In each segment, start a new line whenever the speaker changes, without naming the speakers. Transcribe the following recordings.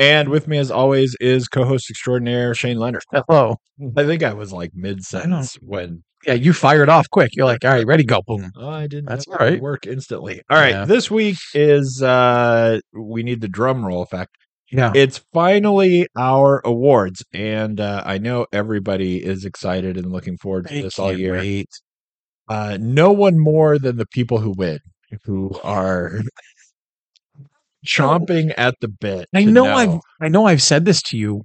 And with me, as always, is co host extraordinaire Shane Leonard.
Hello.
I think I was like mid sentence when
Yeah, you fired off quick. You're like, all right, ready, go, boom.
oh, I didn't
That's
know it
all right.
would work instantly. All right.
Yeah.
This week is uh we need the drum roll effect.
Yeah.
It's finally our awards. And uh, I know everybody is excited and looking forward to this all year.
Wait.
Uh, no one more than the people who win, who are chomping at the bit.
I
to
know, I've I know I've said this to you.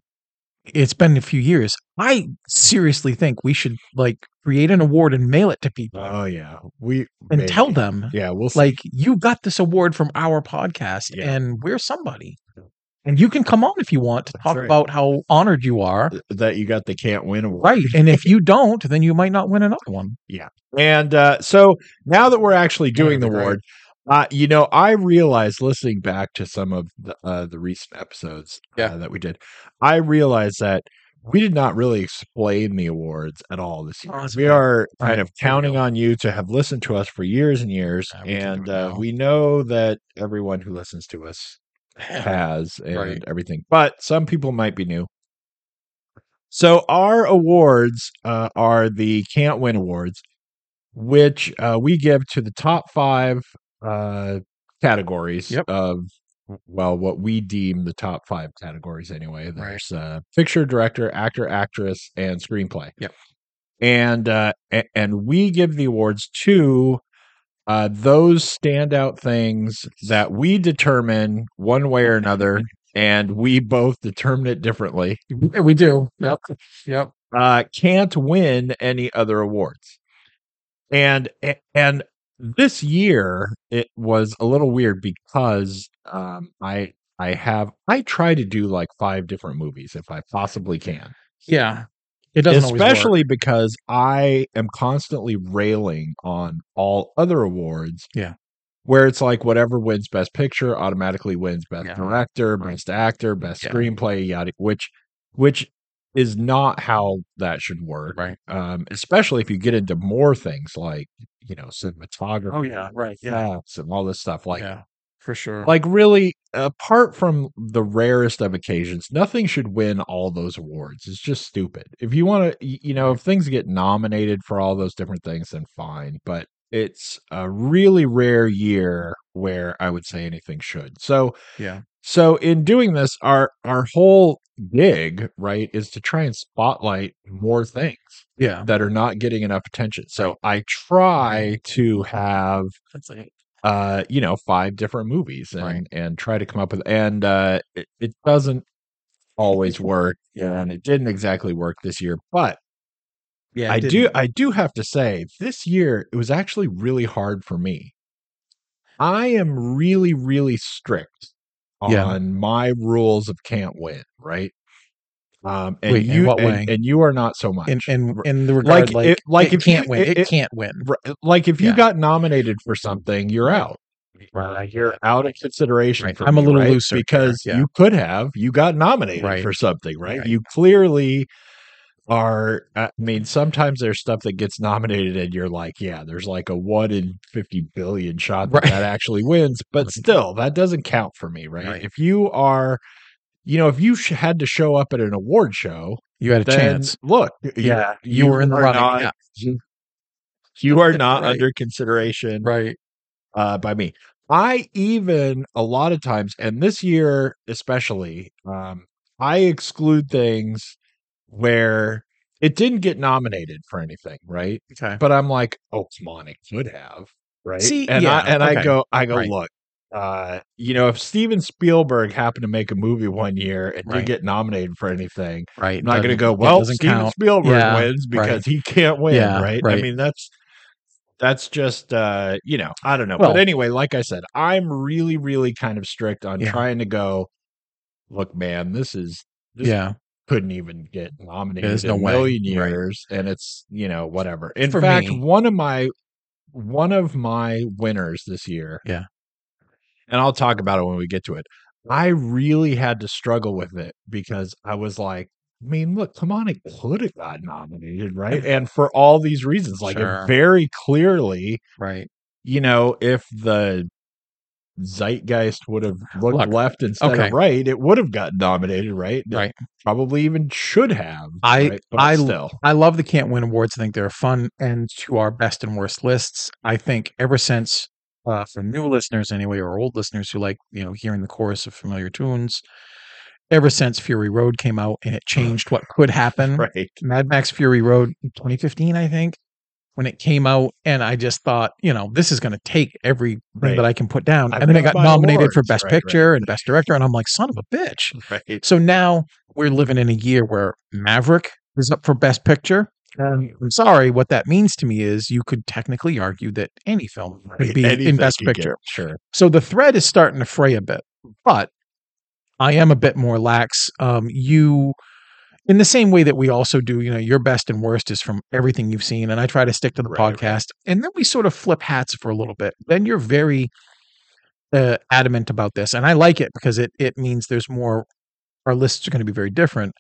It's been a few years. I seriously think we should like create an award and mail it to people
Oh yeah, we
and
maybe.
tell them
Yeah, we'll see.
like you got this award from our podcast
Yeah.
and we're somebody. And you can come on if you want to
That's
talk
right.
about how honored you are.
uh, that you got the can't win award.
Right. And if you don't, then you might not win another one.
And uh, so now that we're actually doing the
Right.
award, uh, you know, I realized listening back to some of the, uh, the recent episodes
Yeah.
uh, that we did, I realized that we did not really explain the awards at all this year.
Oh, that's
we
okay.
are
All
kind
right.
of counting
go.
on you to have listened to us for years and years,
Yeah, we can do
and
it
uh,
now.
we know that everyone who listens to us has and
Right.
everything. But some people might be new. So our awards uh, are the Can't Win Awards, which uh, we give to the top five uh, categories
Yep.
of well, what we deem the top five categories anyway.
Right.
There's uh, picture, director, actor, actress, and screenplay.
Yep.
And uh, a- and we give the awards to uh, those standout things that we determine one way or another, and we both determine it differently.
We do. Yep. Yep.
Uh, can't win any other awards, and a- and this year it was a little weird because um, I I have I try to do like five different movies if I possibly can.
Yeah. It doesn't always work.
especially because I am constantly railing on all other awards.
Yeah.
Where it's like whatever wins best picture automatically wins best
Yeah.
director,
Right.
best actor, best
Yeah.
screenplay, yada which which is not how that should work.
Right.
Um, especially if you get into more things like, you know, cinematography,
Oh yeah, right. Yeah.
effects and all this stuff. Like
yeah. For sure.
like really apart from the rarest of occasions nothing should win all those awards it's just stupid if you want to you know if things get nominated for all those different things then fine but it's a really rare year where i would say anything should so
yeah.
so in doing this our our whole gig right is to try and spotlight more things
Yeah.
that are not getting enough attention so i try to have
That's like
uh you know five different movies and
Right.
and try to come up with and uh it, it doesn't always work and it didn't exactly work this year but
yeah.
i
it
do
didn't-
i do have to say this year it was actually really hard for me i am really really strict on
Yeah.
my rules of can't win right um and
Wait, in
you
what
and,
way?
and you are not so much
in in in the
Like,
regard like
it-
it,
like if
can't
you-
win.
it-
It,
it-
can't win.
Ri- uh, like if you
Yeah.
got nominated for something you're out
Right.
you're out of consideration.
Right.
for
I'm a
me,
little
right?
looser here,
because
yeah.
you could have you got nominated
Right.
for something, right?
Right.
You clearly are. I mean, sometimes there's stuff that gets nominated, and you're like, yeah, there's like a one in fifty billion shot that
Right.
that actually wins, but
Right.
still, that doesn't count for me, right?
Right.
If you are, you know, if you sh- had to show up at an award show,
You had a
then
chance.
look, you-
Yeah. You, were in the
are
running.
not-
yeah.
You are not
Right.
under consideration
Right.
uh, by me. I even a lot of times, and this year especially, um, I exclude things where it didn't get nominated for anything, right?
Okay.
But I'm like, oh come on, it could have, right?
See,
and I
yeah,
and I
okay,
go, I go,
right.
look, uh, you know, if Steven Spielberg happened to make a movie one year and didn't
Right.
get nominated for anything,
Right.
I'm not going to
doesn't-
go.
it
Well,
doesn't
Steven
count.
Spielberg
Yeah,
wins because
right.
he can't win,
Yeah,
right? I
right.
mean, that's that's just uh, you know, I don't know. but
Well-
anyway, like I said, I'm really, really kind of strict on
Yeah.
trying to go. Look, man, this is this
Yeah.
couldn't even get nominated
there's no
in a
way.
million
Right.
years and it's you know whatever in
For
fact
me-
one of my one of my winners this year
Yeah.
and i'll talk about it when we get to it i really had to struggle with it because i was like i mean look come on it could have got nominated right and for all these reasons like it
Sure.
very clearly
Right.
you know, if the zeitgeist would have looked
Look,
left instead
okay.
of right, it would have gotten nominated, right? It
Right.
probably even should have.
I-
right? But
I-
still
I love the Can't Win Awards. I think they're a fun end to our best and worst lists. I think ever since, uh, for new listeners anyway, or old listeners who like, you know, hearing the chorus of familiar tunes, ever since Fury Road came out and it changed what could happen.
Uh-huh. right.
Mad Max Fury Road in 2015, I think, when it came out. And I just thought, you know, this is going to take everything
Right.
that I can put down.
I've
and then it
got
got
my
nominated for
awards.
Best
Right, right.
Picture and Best Director. And I'm like, son of a bitch.
Right.
So now we're living in a year where Maverick is up for Best Picture. Um, I'm sorry, what that means to me is you could technically argue that any film could be in
Anything
Best
could get-
Picture.
Sure.
So the thread is starting to fray a bit, but I am a bit more lax. Um, you, in the same way that we also do, you know, your best and worst is from everything you've seen, and I try to stick to the
Right, right.
podcast, and then we sort of flip hats for a little bit. Then you're very uh, adamant about this, and I like it because it it means there's more. Our lists are going to be very different.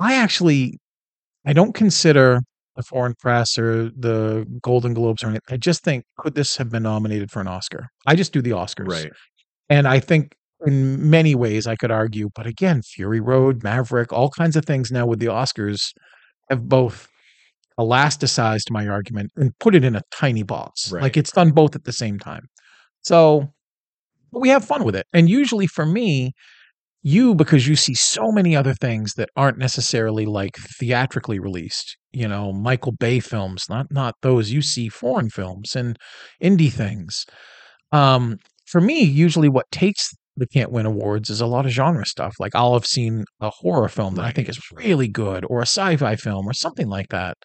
I actually, I don't consider the foreign press or the Golden Globes or anything. I just think could this have been nominated for an Oscar? I just do the Oscars,
Right.
and I think in many ways I could argue, but again, Fury Road, Maverick, all kinds of things now with the Oscars have both elasticized my argument and put it in a tiny box.
Right.
Like it's done both at the same time. So but we have fun with it. And usually for me, you because you see so many other things that aren't necessarily like theatrically released, you know, Michael Bay films, not not those you see foreign films and indie things. Um for me, usually what takes the can't win awards is a lot of genre stuff. Like I'll have seen a horror film that I think is really good, or a sci-fi film, or something like that.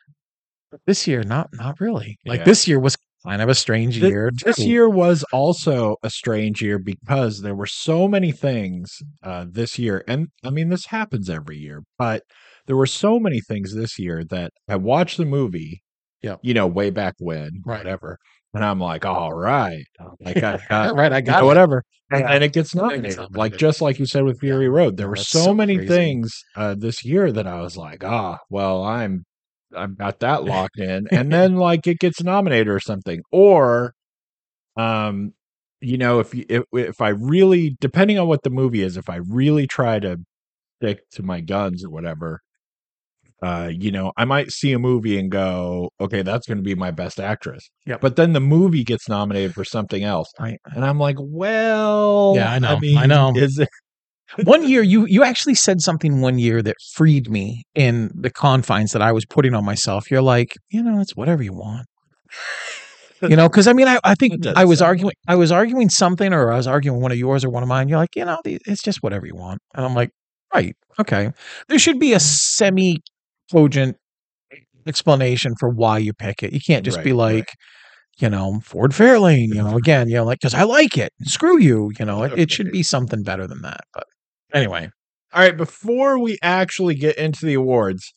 But this year, not not really. Like
Yeah.
this year was kind of a strange
Thi-
year.
This
too.
year was also a strange year because there were so many things uh, this year, and I mean this happens every year, but there were so many things this year that I watched the movie,
Yep.
you know, way back when,
Right.
whatever, and I'm like, all right, like I got,
right, I
Uh, you
got
know,
it.
whatever,
Yeah.
and it gets
it
nominated.
gets
Like
nominated.
just like you said with Fury Road, there
No,
were
that's
so,
so
many
crazy.
things uh, this year that I was like, ah, well, I'm I've got that locked in, and then like it gets nominated or something, or um, you know, if you if if I really depending on what the movie is, if I really try to stick to my guns or whatever. Uh, you know, I might see a movie and go, okay, that's going to be my best actress.
Yep.
But then the movie gets nominated for something else.
I-
And I'm like, well,
Yeah, I know, I know.
Is it
one year you you actually said something one year that freed me in the confines that I was putting on myself. You're like, you know, it's whatever you want. You know, because I mean, I, I
It
think
does
I was
sound
arguing, I was arguing something, or I was arguing one of yours or one of mine. You're like, you know, the- it's just whatever you want, and I'm like, right, okay. There should be a
Mm-hmm.
semi cogent explanation for why you pick it. You can't just be
Right, right.
like, you know, Ford Fairlane. You know, again, you know, like because I like it. Screw you. You know, Oh, it, it should be something better than that. But anyway,
all right? Before we actually get into the awards,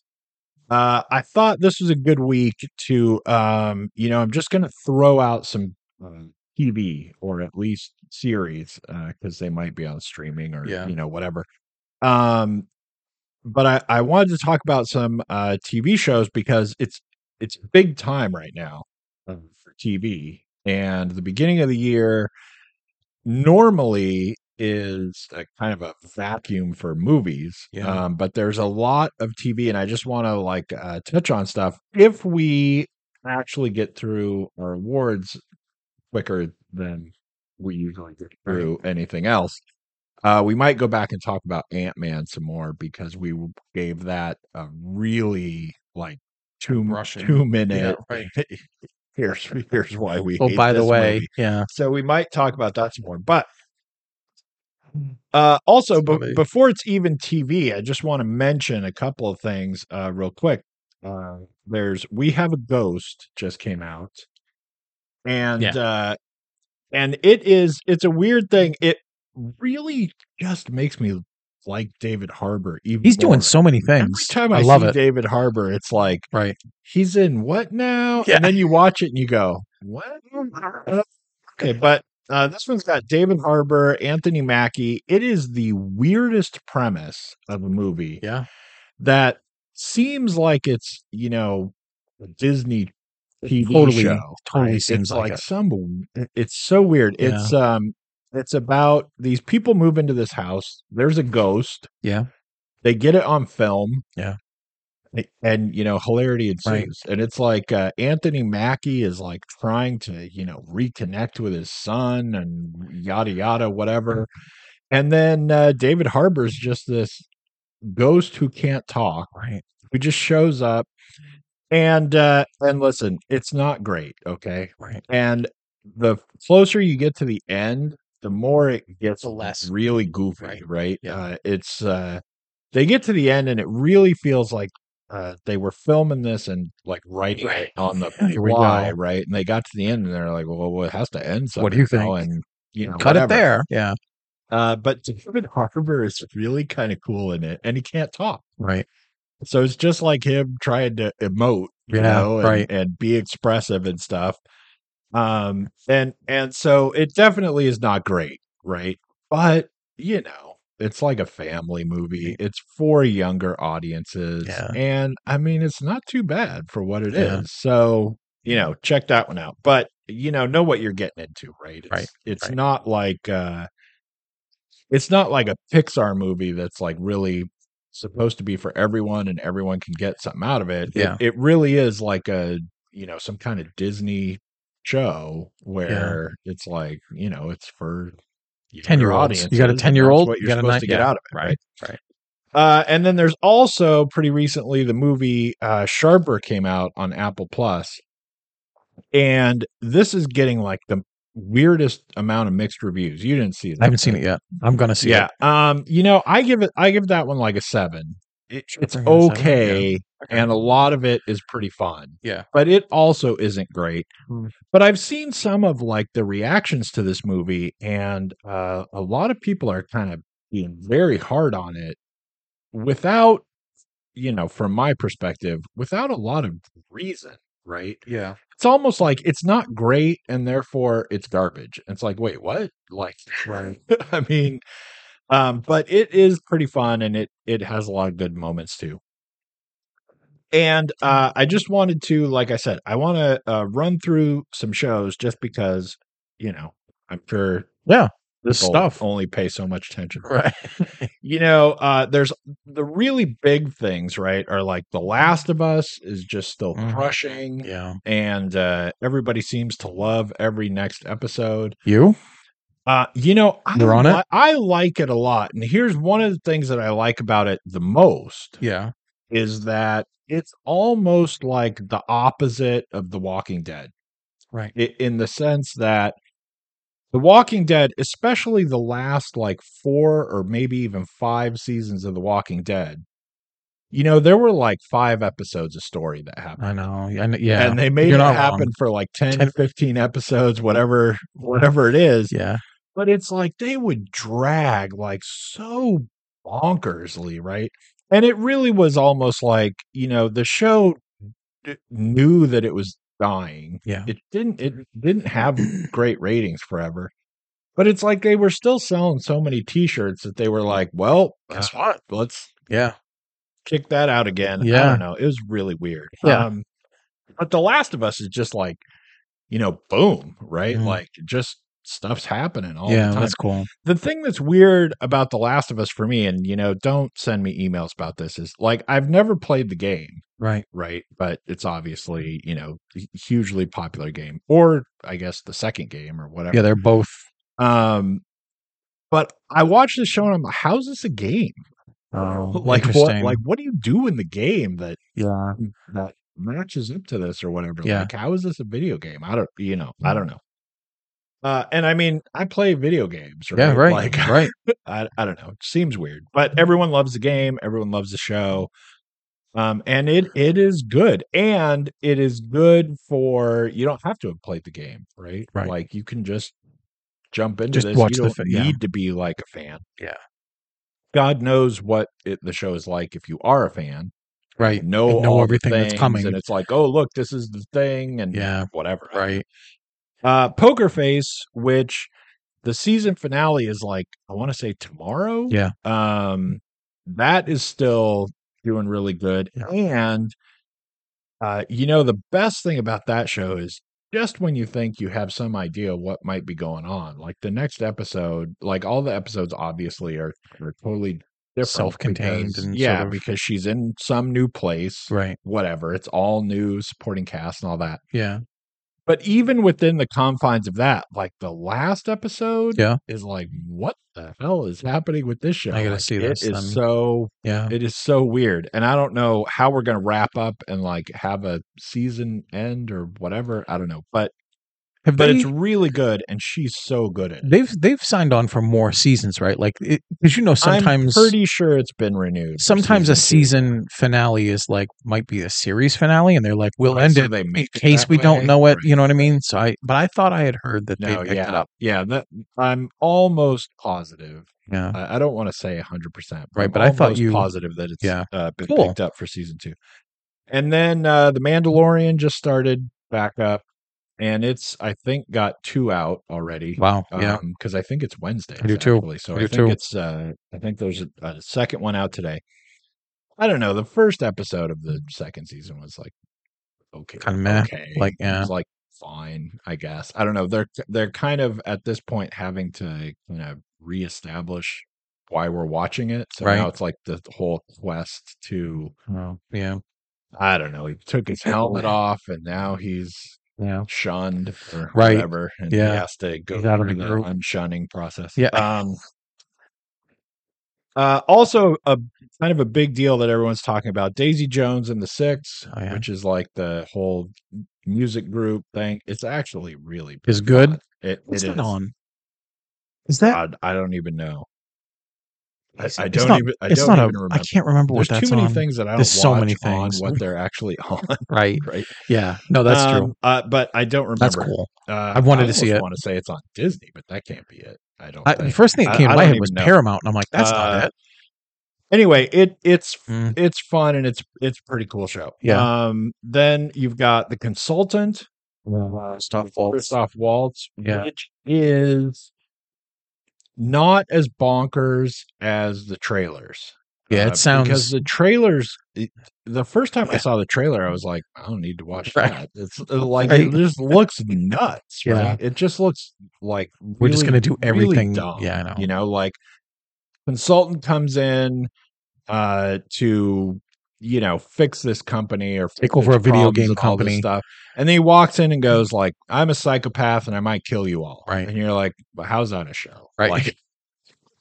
uh, I thought this was a good week to, um, you know, I'm just going to throw out some uh, TV or at least series because they might be on streaming or
Yeah.
you know whatever. Um, but I I wanted to talk about some uh TV shows because it's it's big time right now uh, for TV and the beginning of the year normally is a kind of a vacuum for movies
Yeah.
um but there's a lot of tv and i just want to like uh touch on stuff if we actually get through our awards quicker than we usually get through anything else. Uh, we might go back and talk about Ant Man some more because we w- gave that a really like two
Rushing.
two minute.
Yeah, right.
here's here's why we.
Oh,
hate
by the
this
way,
movie.
yeah.
so we might talk about that some more. But uh, also,
It's
but
Hmm. funny.
before it's even TV, I just want to mention a couple of things uh, real quick. Uh, there's We Have a Ghost just came out, and
Yeah.
uh, and it is it's a weird thing. It really just makes me like David Harbour. Even
He's doing
more.
so many
Every
things.
time I,
I love
see
it.
David Harbour, it's like
Right.
he's in what now?
Yeah.
And then you watch it and you go, what? Okay, but uh, this one's got David Harbour, Anthony Mackie. It is the weirdest premise of a movie
Yeah.
that seems like it's you know a Disney TV
Totally-
show.
totally
it's
seems like it.
some. It's so weird.
Yeah.
It's um, it's about these people move into this house. There's a ghost.
Yeah.
They get it on film.
Yeah.
A- And you know hilarity ensues,
Right.
and it's like uh, Anthony Mackie is like trying to you know reconnect with his son and yada yada whatever, and then uh, David Harbour's just this ghost who can't talk,
Right.
who just shows up and uh and listen it's not great okay
Right.
and the closer you get to the end the more it gets
The less.
really goofy right,
Right. Yeah.
uh, it's uh they get to the end and it really feels like uh they were filming this and like writing
Right.
it on the
Here we
fly
go.
right and they got to the end and they're like well, well it has to end
What do you
somehow,
think?
and you know
Cut
whatever.
it there. Yeah.
uh but david harbour is really kind of cool in it and he can't talk
Right.
so it's just like him trying to emote, you
Yeah,
know, and,
right.
and be expressive and stuff. Um, and and so it definitely is not great, right? But you know, it's like a family movie. It's for younger audiences,
Yeah.
and I mean, it's not too bad for what it is.
Yeah.
So you know, check that one out. But you know, know what you're getting into, right? It's,
Right,
It's
right.
not like uh, it's not like a Pixar movie that's like really supposed to be for everyone and everyone can get something out of it. It-
Yeah.
It, really is like a, you know, some kind of Disney show where it's like, you know, it's for younger
10-year-olds. You got a
audiences, and that's
10-year-old,
what
you
you're
got a
supposed
nine-
to get
yeah,
out of it.
right,
Right.
right.
Uh, and then there's also pretty recently the movie uh, Sharper came out on Apple Plus, and this is getting like the weirdest amount of mixed reviews. You didn't see that?
I haven't seen it yet. I'm gonna see
yeah
it.
um you know i give it i give that one like a seven It- it's
I'm gonna say,
okay
Okay.
and a lot of it is pretty fun
Yeah.
but it also isn't great
Hmm.
but i've seen some of like the reactions to this movie and uh a lot of people are kind of being very hard on it without you know from my perspective without a lot of reason right
Yeah.
it's almost like it's not great and therefore it's garbage it's like wait what like
Right.
I mean, um, but it is pretty fun and it it has a lot of good moments too. And uh, I just wanted to, like I said, I want to uh, run through some shows just because you know I'm sure
Yeah. This
people
stuff.
only pay so much attention.
Right.
You know, uh, there's the really big things, right? Are like The Last of Us is just still
Mhm.
crushing,
Yeah.
and uh, everybody seems to love every next episode.
You?
Uh, you know, I,
You're on it?
li- I like it a lot. And here's one of the things that I like about it the most
Yeah.
is that it's almost like the opposite of The Walking Dead
Right.
i- in the sense that The Walking Dead, especially the last like four or maybe even five seasons of The Walking Dead, you know, there were like five episodes of story that happened
I know. I know. Uh, Yeah.
and they made
You're
it
not
happen
wrong.
for like 10,
10
15 episodes whatever whatever it is
Yeah.
but it's like they would drag like so bonkersly right and it really was almost like you know the show d- knew that it was dying
Yeah.
it didn't it didn't have great ratings forever but it's like they were still selling so many t-shirts that they were like well guess
what?
what? let's
Yeah.
kick that out again. I
Yeah.
don't know. It was really weird.
Yeah.
Um, but The Last of Us is just like, you know, boom, right?
Mhm.
Like just stuff's happening all
yeah.
the time.
That's cool.
the thing that's weird about The Last of Us for me, and you know, don't send me emails about this, is like I've never played the game,
Right.
right? But it's obviously,
Mm-hmm.
you know, a hugely popular game. Or I guess the second game or whatever.
Yeah. They're both.
Um but I watched this show and I'm like, how's this a game?
Oh,
Um, like what
interesting.
like what do you do in the game that
yeah.
that matches up to this or whatever.
Yeah. Mm-hmm.
Like, how is this a video game? I don't, you know, I don't know. Uh, and I mean, I play video games, right?
Yeah. Right.
Like,
right.
I, I don't know. It seems weird, but everyone loves the game. Everyone loves the show. Um, and it it is good, and it is good for you. Don't have to have played the game, right?
Right.
Like you can just jump into
Just
this.
watch
you
the
don't
fi-
need
yeah.
to be like a fan.
Yeah.
God knows what it, the show is like if you are a fan.
right?
You know,
And know
all the
everything that's
things,
coming.
and it's like, oh look, this is the thing, and
Yeah,
whatever.
Right.
Uh, Poker Face, which the season finale is like, I want to say tomorrow.
Yeah.
Um, that is still doing really good.
Yeah.
And uh, you know, the best thing about that show is just when you think you have some idea what might be going on, like the next episode, like all the episodes obviously are, are totally different.
Self-contained
because-
and sort
yeah,
of-
because she's in some new place,
Right.
whatever. It's all new supporting cast and all that
Yeah.
but even within the confines of that, like the last episode
Yeah.
is like, what the hell is happening with this show?
I gotta
Like,
see this,
It is
um,
so
Yeah.
it is so weird. And I don't know how we're gonna wrap up and like have a season end or whatever. I don't know. But
Have
but
they-
it's really good and she's so good at it.
they've they've signed on for more seasons, right? Like because you know
I'm
sometimes
pretty sure it's been renewed. for
sometimes a
two.
season finale is like might be a series finale, and they're like we'll
Right,
end
so
it
they
in
make it
case
that
we don't
way?
know it.
Right.
You know what I mean? So I but I thought I had heard that
No,
they picked
yeah.
it up.
Yeah. That I'm almost positive
Yeah.
I, I don't want to say hundred percent,
Right,
I'm
but I thought
almost
you-
positive that it's
yeah.
uh, been
Cool.
picked up for season two. And then uh, the Mandalorian just started back up, and it's I think got two out already.
Wow. Yeah.
because um, I think it's Wednesday.
I do too.
Actually. So
I
I,
do
think
too.
it's uh, I think there's a, a second one out today. I don't know. The first episode of the second season was like okay,
Kinda meh,
okay,
like,
it
yeah.
was like fine, I guess. I don't know. They're they're kind of at this point having to you know reestablish why we're watching it. So now
Right.
it's like the whole quest to
Oh, yeah.
I don't know. He took his helmet off, and now he's
Yeah.
shunned or
Right.
whatever, and
Yeah.
he has to go
He's out of
through
the
the
group.
unshunning process.
Yeah.
Um, uh, also, a kind of a big deal that everyone's talking about: Daisy Jones and the Six,
Oh, yeah.
which is like the whole music group thing. It's actually really
Is good?
fun. It,
What's
it
that
is.
on? Is that
I, I don't even know. I,
It's-
I
it's
don't
not-
even. I
it's
don't
not
even
a
remember.
I can't remember
There's
what that's
too many
on.
things that I don't
There's so
watch
many
on
things.
what they're actually on.
Right.
Right.
Yeah. No, that's true.
Um, Uh, but I don't remember.
That's cool.
Uh,
I wanted to see it.
want to say it's on Disney, but that can't be it. I don't.
I, the
think.
first thing that
I-
came
I
to my
don't
head was
even know.
Paramount, and I'm like, that's not
Uh,
it.
Anyway, it it's
Mm.
it's fun and it's it's a pretty cool show.
Yeah.
Um. Then you've got the consultant,
Uh, Stuff
Christoph Waltz,
Yeah.
which is not as bonkers as the trailers.
Yeah,
Uh,
it sounds
because the trailers. it- the first time I saw the trailer, I was like, I don't need to watch
Right.
that. It's uh, like
Right.
it just looks nuts.
Yeah.
Right? It just looks like
we're just
really,
going to do
really
everything.
dumb,
yeah, I know.
You know, like consultant comes in uh to you know fix this company or
Take over a video game
and all this
company. Mm-hmm.
stuff. And then he walks in and goes like, "I'm a psychopath and I might kill you all."
Right.
And you're like, well, "How's that a show?"
Right.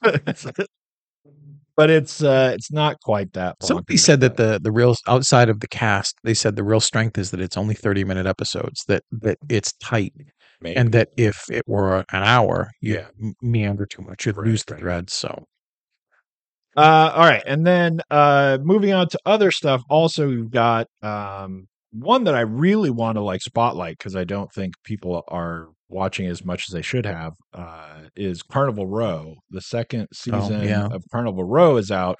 Like, but it's uh it's not quite that.
Somebody
bonkers,
said that
but-
the the real outside of the cast, they said the real strength is that it's only 30 minute episodes. That that it's tight,
Maybe.
and that if it were an hour, you
Yeah.
m- meander too much, you'd
Right,
lose the
right.
thread. So
Uh, all right, and then uh, moving on to other stuff. Also, we've got um, one that I really want to like spotlight because I don't think people are watching as much as they should have. Uh, is Carnival Row the second season
Oh, yeah.
of Carnival Row is out,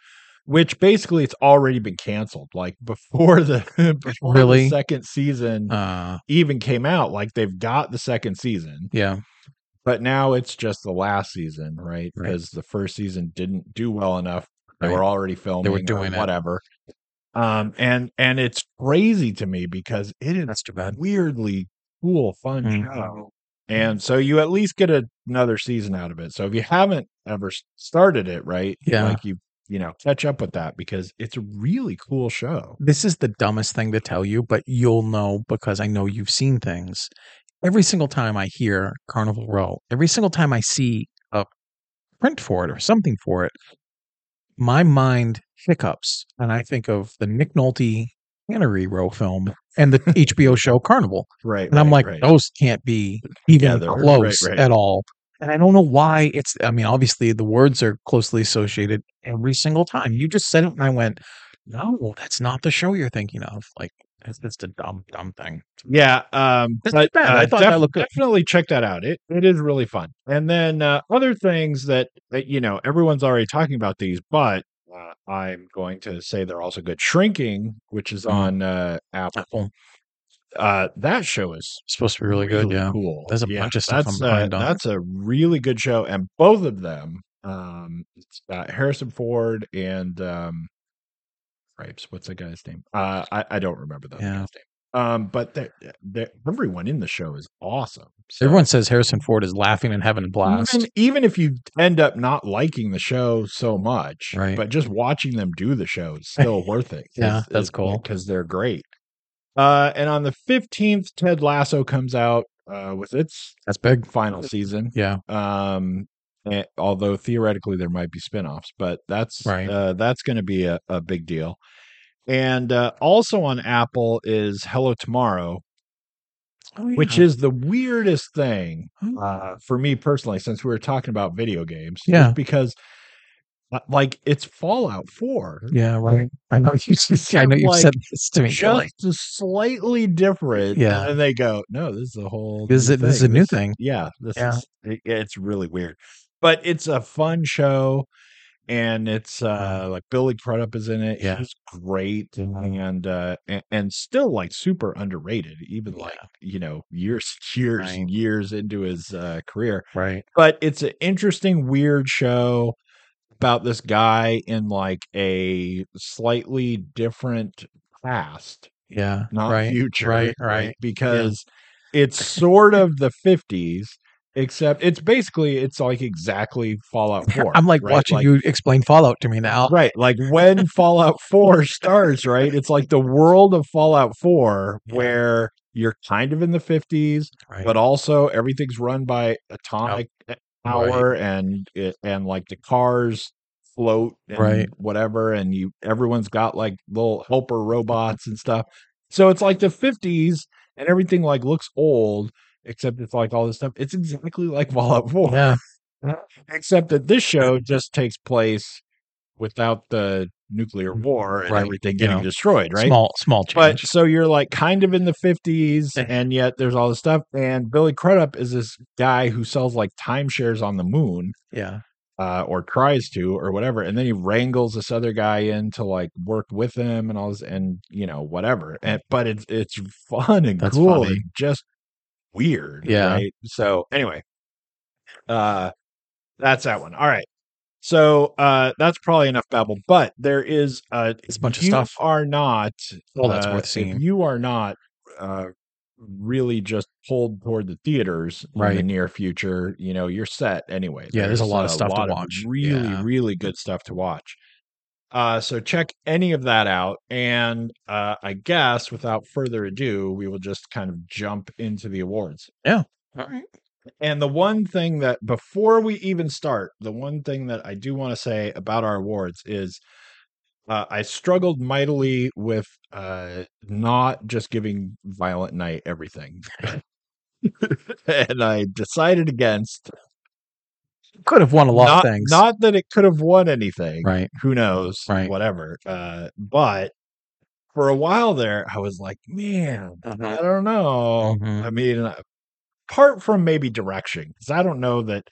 which basically it's already been canceled. Like before the before
Really?
the second season
uh,
even came out, like they've got the second season
yeah,
but now it's just the last season, right?
Right.
Because the first season didn't do well enough. They
Right.
were already filming or
doing it.
whatever. Um, and and it's crazy to me because it is
that's too bad.
weirdly cool, fun
Mm.
show. And so you at least get a, another season out of it. So if you haven't ever s- started it, right?
Yeah.
Like you, you know, catch up with that because it's a really cool show.
This is the dumbest thing to tell you, but you'll know because I know you've seen things. Every single time I hear Carnival Row, every single time I see a print for it or something for it, my mind hiccups and I think of the Nick Nolte Cannery Row film and the HBO show Carnival.
Right.
And I'm
right,
like,
right.
those can't be even
Together, right,
close
right.
at all. And I don't know why it's, I mean, obviously the words are closely associated every single time. You just said it and I went, no, that's not the show you're thinking of. Like, It's just a dumb, dumb thing.
Yeah, um,
That's not bad. I thought that looked good.
definitely check that out. It it is really fun. And then uh, other things that, that you know everyone's already talking about these, but uh, I'm going to say they're also good. Shrinking, which is
Mm.
on uh, Apple,
Apple.
uh, that show is
It's supposed to be really good.
really
Yeah.
cool.
There's a
Yeah,
bunch of stuff
That's
I'm
a,
behind on.
that's a really good show, and both of them, um, it's got Harrison Ford and um, Cripes. What's the guy's name? Uh, I I don't remember the other
Yeah.
guy's name. Um, but they're, they're, everyone in the show is awesome. So
Everyone says Harrison Ford is laughing and having a blast.
Even, even if you end up not liking the show so much,
Right.
but just watching them do the show is still worth it.
Yeah, that's cool.
Because they're great. Uh, and on the 15th, Ted Lasso comes out uh, with its
That's big.
final season.
Yeah.
Um, eh, although theoretically there might be spin-offs, but that's
Right.
uh, that's going to be a, a big deal. And uh, also on Apple is Hello Tomorrow, which is the weirdest thing uh, for me personally, since we were talking about video games. just
Yeah.
because uh, like it's Fallout Four,
yeah, right. I know you. I know you
Like,
said this to me. You're
just
like,
slightly different.
Yeah.
and they go, no, this is a whole.
This is- this is a new thing."
Yeah, this
Yeah.
is it- it's really weird, but it's a fun show, and it's uh like Billy Crudup is in it.
Mm. Yeah. Mm-hmm.
he's great,
Yeah.
and uh and, and still like super underrated, even
Yeah.
like you know years, years,
Right.
years into his uh, career
right.
but it's an interesting, weird show about this guy in like a slightly different past,
Yeah.
not
right.
future,
Right. Right.
Because it's sort of the fifties, except it's basically it's like exactly Fallout Four.
I'm like
right?
watching you explain Fallout to me now.
Right, like when Fallout 4 starts, right? It's like the world of Fallout 4
Yeah.
where you're kind of in the 50s,
Right.
but also everything's run by atomic eh, power and it, and like the cars float and
Right.
whatever and you everyone's got like little helper
Mm-hmm.
robots and stuff so it's like the 50s and everything like looks old except it's like all this stuff it's exactly like fallout 4
yeah.
except that this show just takes place without the nuclear war and
Mm-hmm. Right,
everything
you
getting
know,
destroyed right
Small. Small
but
change.
so you're like kind of in the 50s
Yeah.
and yet there's all this stuff and billy crudup is this guy who sells like timeshares on the moon
yeah.
uh, or tries to or whatever and then he wrangles this other guy in to like work with him and all this and you know whatever and, but it's it's fun and
That's
cool
funny.
and just weird
Yeah.
right so anyway uh that's that one all right so uh that's probably enough babble but there is uh
It's a bunch of
you
stuff.
are not
Well, that's
uh,
worth
if
seeing.
you are not uh really just pulled toward the theaters in the
Right.
near future you know you're set anyway
Yeah, there's a lot of stuff to watch.
really
Yeah.
really good stuff to watch uh so check any of that out and uh i guess without further ado we will just kind of jump into the awards
All right.
and the one thing that before we even start, the one thing that I do want to say about our awards is uh, I struggled mightily with uh, not just giving Violent Night everything. and I decided against
Could have won a lot
not,
of things.
not that it could have won anything.
right.
Who knows?
Right.
Whatever. Uh, but for a while there, I was like, man, I don't know.
Mm-hmm.
I mean, uh, apart from maybe direction, because I don't know that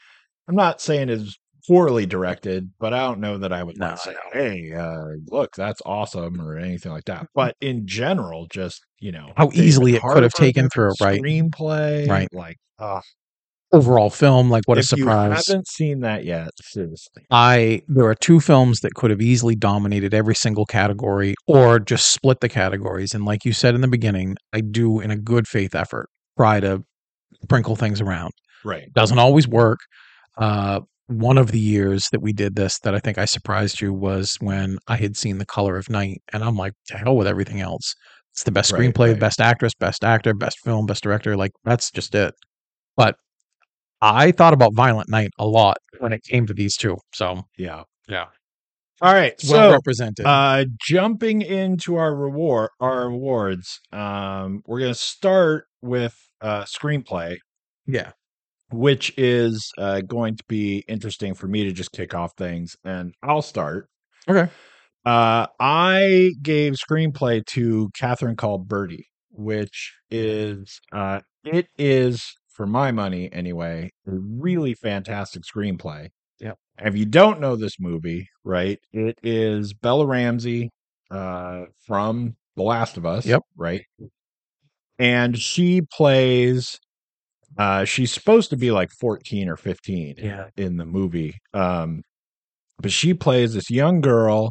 I'm not saying it's poorly directed, but I don't know that I would
No,
not say, hey, uh, look, that's awesome or anything like that. But in general, just you know,
Mm-hmm. How
David
easily it could have taken through, right.
Screenplay,
Right.
Like, uh,
Overall film, like what a
if
surprise.
You haven't seen that yet, seriously.
I there are two films that could have easily dominated every single category or just split the categories. And like you said in the beginning, I do in a good faith effort try to sprinkle things around.
Right.
Doesn't always work. Uh, one of the years that we did this that I think I surprised you was when I had seen The Color of Night, and I'm like, to hell with everything else. It's the best
Right,
screenplay,
right.
best actress, best actor, best film, best director. Like that's just it. But I thought about Violent Night a lot when it came to these two. So
Yeah.
yeah.
All right.
well
So
represented.
uh jumping into our reward our awards, um, we're gonna start with uh screenplay.
yeah.
which is uh, going to be interesting for me to just kick off things and I'll start.
Okay.
Uh, I gave screenplay to Catherine Called Birdie, which is uh, it is for my money anyway, a really fantastic screenplay.
Yep.
If you don't know this movie, right, it is Bella Ramsey uh, from The Last of Us.
Yep.
Right. And she plays. Uh, she's supposed to be like 14 or 15
Yeah.
in the movie. Um, but she plays this young girl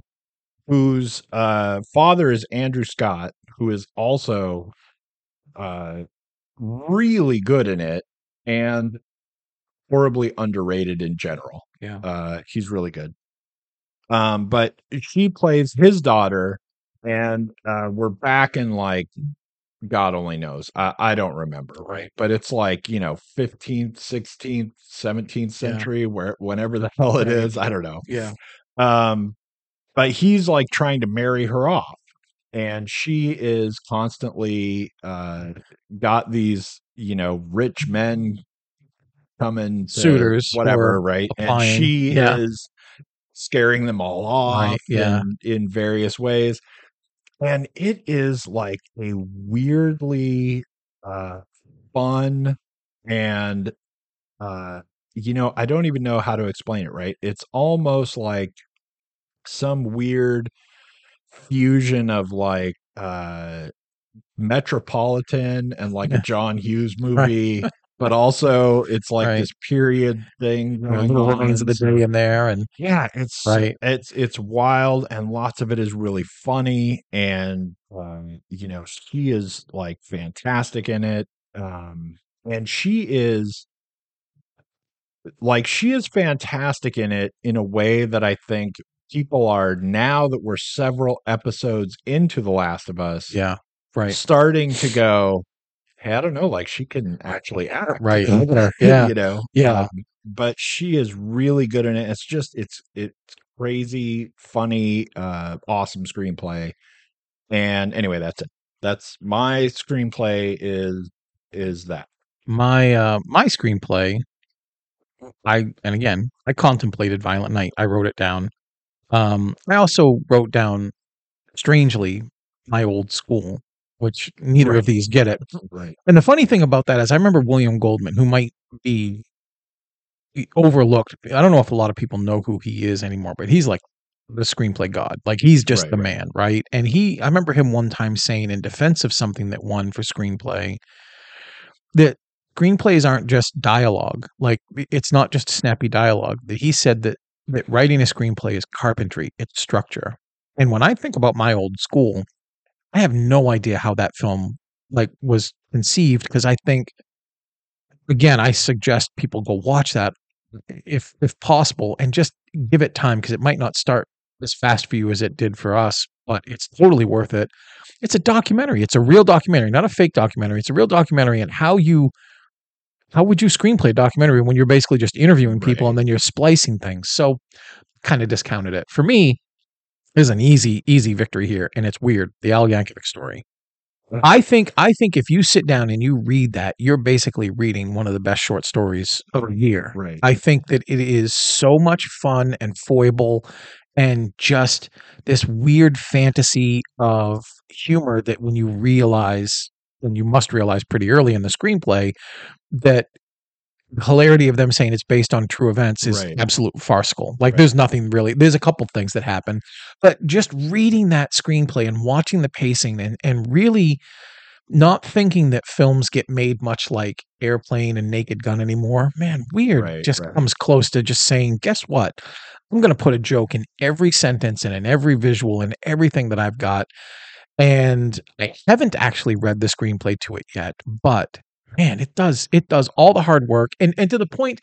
whose uh, father is Andrew Scott, who is also uh, really good in it and horribly underrated in general.
Yeah.
Uh, he's really good. Um, but she plays his daughter, and uh, we're back in like God only knows. I, I don't remember,
Right.
But it's like you know, fifteenth, sixteenth, seventeenth
Yeah.
century, where whenever the hell it
Right.
is, I don't know
Yeah.
um but he's like trying to marry her off and she is constantly uh got these you know rich men coming to
Suitors who
whatever
are
right
applying,
and she
yeah.
is scaring them all off
Right, yeah.
in, in various ways and it is like a weirdly uh fun and uh you know i don't even know how to explain it right it's almost like some weird fusion of like uh metropolitan and like a john hughes movie but also it's like
Right.
this period thing
There are
going
little
on.
lines of the day in there, and
yeah it's
Right.
it's it's wild and lots of it is really funny and um, you know she is like fantastic in it um and she is like she is fantastic in it in a way that i think people are now that we're several episodes into the last of us
yeah, right,
starting to go hey i don't know like she can actually act
right, yeah,
you know
yeah,
um, but she is really good in it it's just it's it's crazy funny uh awesome screenplay and anyway that's it that's my screenplay is is that
my uh my screenplay i and again i contemplated violent night i wrote it down um i also wrote down strangely my old school which neither
Right.
of these get it
right
and the funny thing about that is i remember william goldman who might be be overlooked i don't know if a lot of people know who he is anymore but he's like the screenplay god like he's just
Right,
the
right.
man right and he i remember him one time saying in defense of something that won for screenplay that screenplays aren't just dialogue. Like i- it's not just snappy dialogue. That he said that that writing a screenplay is carpentry, it's structure. And when I think about my old school, I have no idea how that film like was conceived because I think again, I suggest people go watch that if if possible and just give it time because it might not start as fast for you as it did for us, but it's totally worth it. It's a documentary. It's a real documentary, not a fake documentary. It's a real documentary and how you how would you screenplay a documentary when you're basically just interviewing people
Right.
and then you're splicing things? So kind of discounted it. For me, is an easy, easy victory here, and it's weird. The Al Yankovic story. I think I think if you sit down and you read that, you're basically reading one of the best short stories of the year.
right
I think that it is so much fun and foible and just this weird fantasy of humor that when you realize, and you must realize pretty early in the screenplay, that the hilarity of them saying it's based on true events is
Right.
absolute farcical. Like
Right.
there's nothing really, there's a couple things that happen, but just reading that screenplay and watching the pacing and, and really not thinking that films get made much like Airplane and Naked Gun anymore, man, weird
Right,
just
right.
comes close to just saying, guess what? I'm going to put a joke in every sentence and in every visual and everything that I've got. And I haven't actually read the screenplay to it yet, but man, it does it does all the hard work. And and to the point,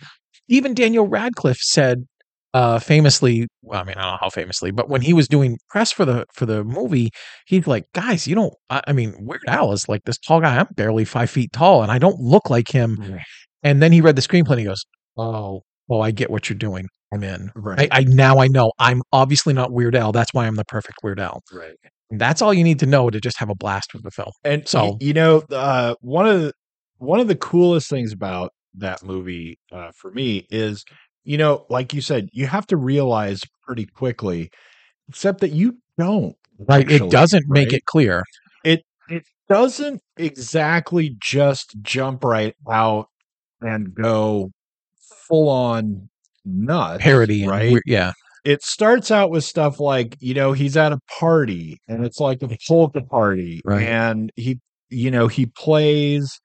even Daniel Radcliffe said uh famously, well, I mean, I don't know how famously, but when he was doing press for the for the movie, he's like, guys, you don't. I, I mean, Weird Al is like this tall guy. I'm barely five feet tall, and I don't look like him.
Right.
And then he read the screenplay, and he goes, "Oh, well, I get what you're doing. I'm in. I,
right
I now I know. I'm obviously not Weird Al. That's why I'm the perfect Weird Al.
right
And that's all you need to know to just have a blast with the film.
and so
So-
you know uh one of the one of the coolest things about that movie uh for me is you know like you said you have to realize pretty quickly except that you don't.
Right.
actually,
it doesn't make
right?
it clear.
it doesn't exactly just jump right out and go full on nuts
Parody. and
right
weir- yeah.
it starts out with stuff like you know he's at a party and it's like a polka party
Right.
and he you know he plays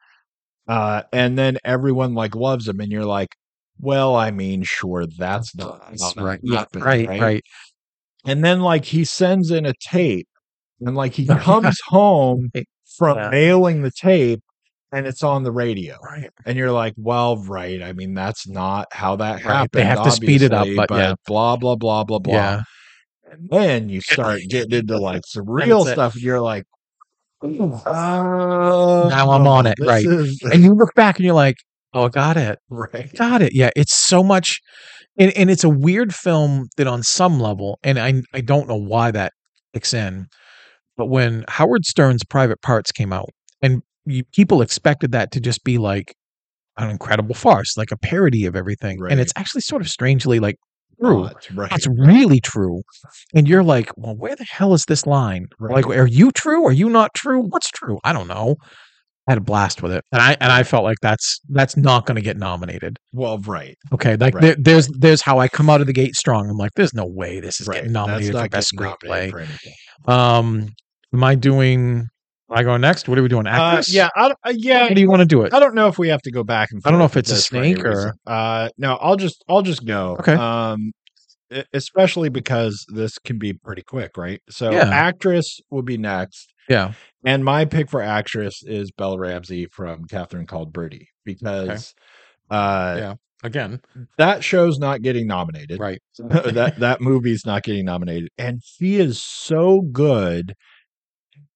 uh and then everyone like loves him and you're like well i mean sure that's not how that
right. yeah,
happened,
right. Right.
and then like he sends in a tape and like he
Yeah.
comes home
Right.
from
Yeah.
mailing the tape and it's on the radio
Right.
and you're like well right i mean that's not how that happened
They have to speed it up,
obviously,
but yeah.
blah blah blah blah blah
Yeah.
and then you start getting into like some real
it.
stuff and you're like oh,
Now I'm on it,
this
right.
is-
And you look back and you're like, oh, I got it.
right
Got it. Yeah, it's so much, and, and it's a weird film that on some level, and I I don't know why that kicks in, but when Howard Stern's Private Parts came out, and you, people expected that to just be like an incredible farce, like a parody of everything,
Right.
and it's actually sort of strangely like true.
Not, right
That's really true, and you're like, well, where the hell is this line?
Right.
Like, are you true? Are you not true? What's true? I don't know. I had a blast with it, and I and I felt like that's that's not going to get nominated.
well right
Okay, like
Right.
there, there's there's how I come out of the gate strong. I'm like, there's no way this is
right
getting
That's
nominated for
not
best
getting
screenplay.
nominated for anything.
Um, am I doing? I go next. What are we doing?
uh,
Actress?
yeah I, uh, yeah
How do you want to do it?
I don't know if we have to go back and.
I don't know
forth
if it's a
with this for any
snake or-
reason. Uh, no, I'll just I'll just go.
Okay.
Um, e- especially because this can be pretty quick, right? So
Yeah.
actress will be next,
Yeah.
and my pick for actress is Bella Ramsey from Catherine Called Birdie because uh,
Yeah. Again.
that show's not getting nominated.
Right.
that that movie's not getting nominated, and she is so good.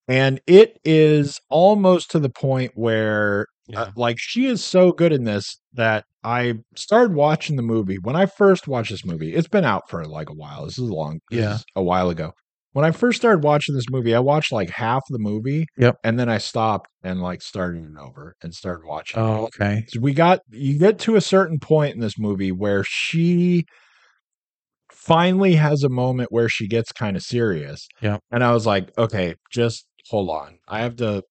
And it is almost to the point where uh,
Yeah.
like she is so good in this that I started watching the movie when I first watched this movie. It's been out for like a while. This is a long, this
Yeah.
is a while ago. When I first started watching this movie, I watched like half the movie.
Yep.
And then I stopped and like started it over and started watching. it
Oh, okay.
so we got you get to a certain point in this movie where she finally has a moment where she gets kind of serious.
Yeah.
And I was like, okay, just hold on. I have to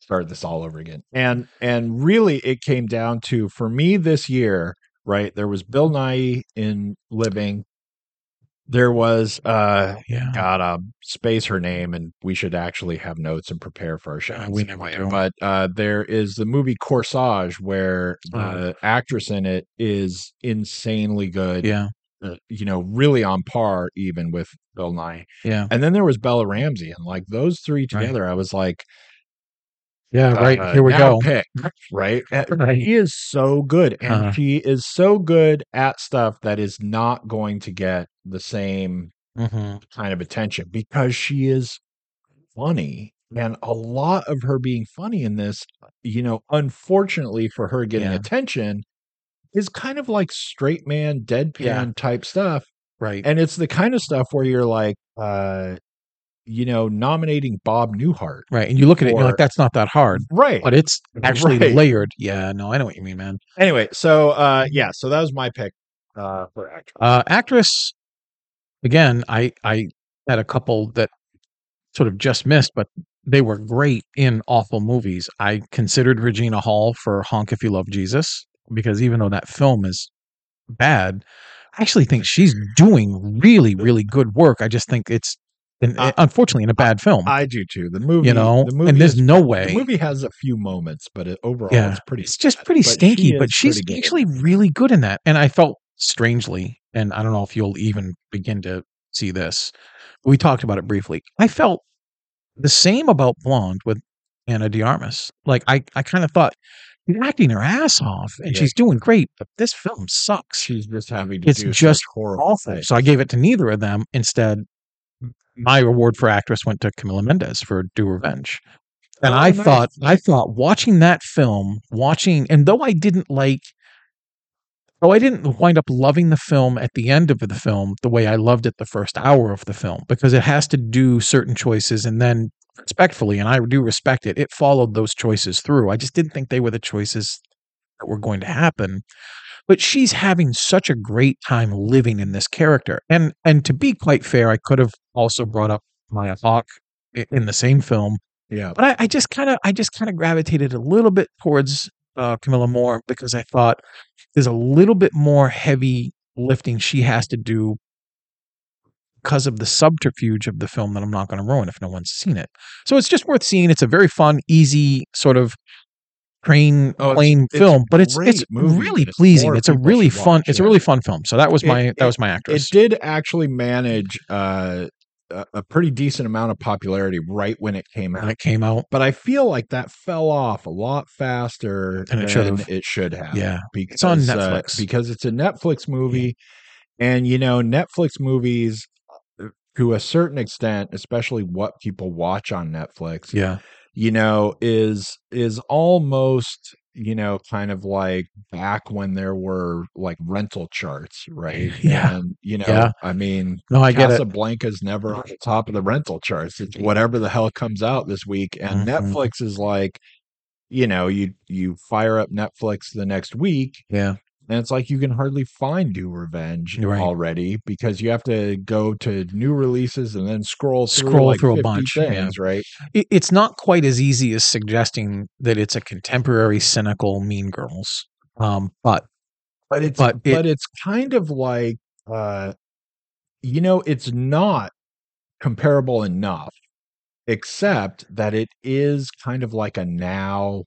start this all over again. And and really it came down to for me this year, right? There was Bill Nye in Living. There was uh
Yeah.
God, um, space her name, and we should actually have notes and prepare for our show.
Uh, we never do.
But uh, there is the movie Corsage, where the
Uh.
actress in it is insanely good.
Yeah.
uh, you know, really on par even with Bill Nye.
Yeah.
And then there was Bella Ramsey, and like those three
Right.
together, I was like,
Yeah. Right.
uh,
Here we
now
go.
Pick, right?
Right.
She is so good, and
Uh-huh.
she is so good at stuff that is not going to get the same
Mhm.
kind of attention because she is funny. And a lot of her being funny in this, you know, unfortunately for her getting
Yeah.
attention, is kind of like straight man, deadpan
Yeah.
type stuff.
Right.
And it's the kind of stuff where you're like, uh, you know, nominating Bob Newhart.
Right. And you look at it, and you're
or-
like, that's not that hard,
Right.
but it's actually
Right.
layered. Yeah. No, I know what you mean, man.
Anyway, so uh yeah, so that was my pick uh for actress.
Uh, actress, again, I I had a couple that sort of just missed, but they were great in awful movies. I considered Regina Hall for Honk If You Love Jesus because even though that film is bad, I actually think she's doing really really good work. I just think it's an,
I-
unfortunately in a bad film,
I do too. The movie,
you know.
the movie
and there's
is-
no way
the movie has a few moments, but it, overall,
Yeah.
it's pretty.
it's just
bad,
pretty
but she
stinky, but
is
she's
pretty good.
actually really good in that. And I felt strangely, and I don't know if you'll even begin to see this. We talked about it briefly. I felt the same about Blonde with Anna Diarmas. Like I, I kind of thought she's acting her ass off and
Yeah.
she's doing great, but this film sucks.
she's just having to
It's
do such
just
horrible
Awful.
things.
So I gave it to neither of them. Instead, my award for actress went to Camila Mendez for Due Revenge. And
Oh,
I
nice.
thought, I thought watching that film, watching, and though I didn't like, though I didn't wind up loving the film at the end of the film the way I loved it the first hour of the film, because it has to do certain choices and then respectfully, and I do respect it, it followed those choices through. I just didn't think they were the choices that were going to happen. but she's having such a great time living in this character. And and to be quite fair, I could have also brought up Maya Hawk i- in the same film,
Yeah.
but I, I just kind of I just kind of gravitated a little bit towards uh, Camilla Moore because I thought there's a little bit more heavy lifting she has to do because of the subterfuge of the film that I'm not going to ruin if no one's seen it. So it's just worth seeing. It's a very fun, easy sort of train
Oh, it's-
plain
it's a
film, but it's
great
it's
movie.
really
It's
pleasing.
more
It's a
people
really
should
fun.
watch,
It's a
yeah.
really fun film. So that was
It-
my
it-
that was my
It
actress.
did actually manage uh, a, a pretty decent amount of popularity right when it came
When
out.
it came out,
But I feel like that fell off a lot faster
Than it should have.
it should have.
yeah,
Because,
on
uh,
Netflix.
because it's a Netflix movie. And, you know, Netflix movies, uh, to a certain extent, especially what people watch on Netflix,
yeah,
you know is is almost you know kind of like back when there were like rental charts right
Yeah.
and you know
Yeah.
i mean
No, I get it.
casablanca's never on the top of the rental charts it's whatever the hell comes out this week and
Mhm.
netflix is like you know you you fire up netflix the next week
yeah,
and it's like you can hardly find New Revenge
Right.
already because you have to go to new releases and then scroll through
Scroll
like
through a
50
bunch, yeah.
things, right?
It- it's not quite as easy as suggesting that it's a contemporary, cynical Mean Girls. Um, but
but it's
But
but,
it-
it's kind of like uh you know it's not comparable enough except that it is kind of like a now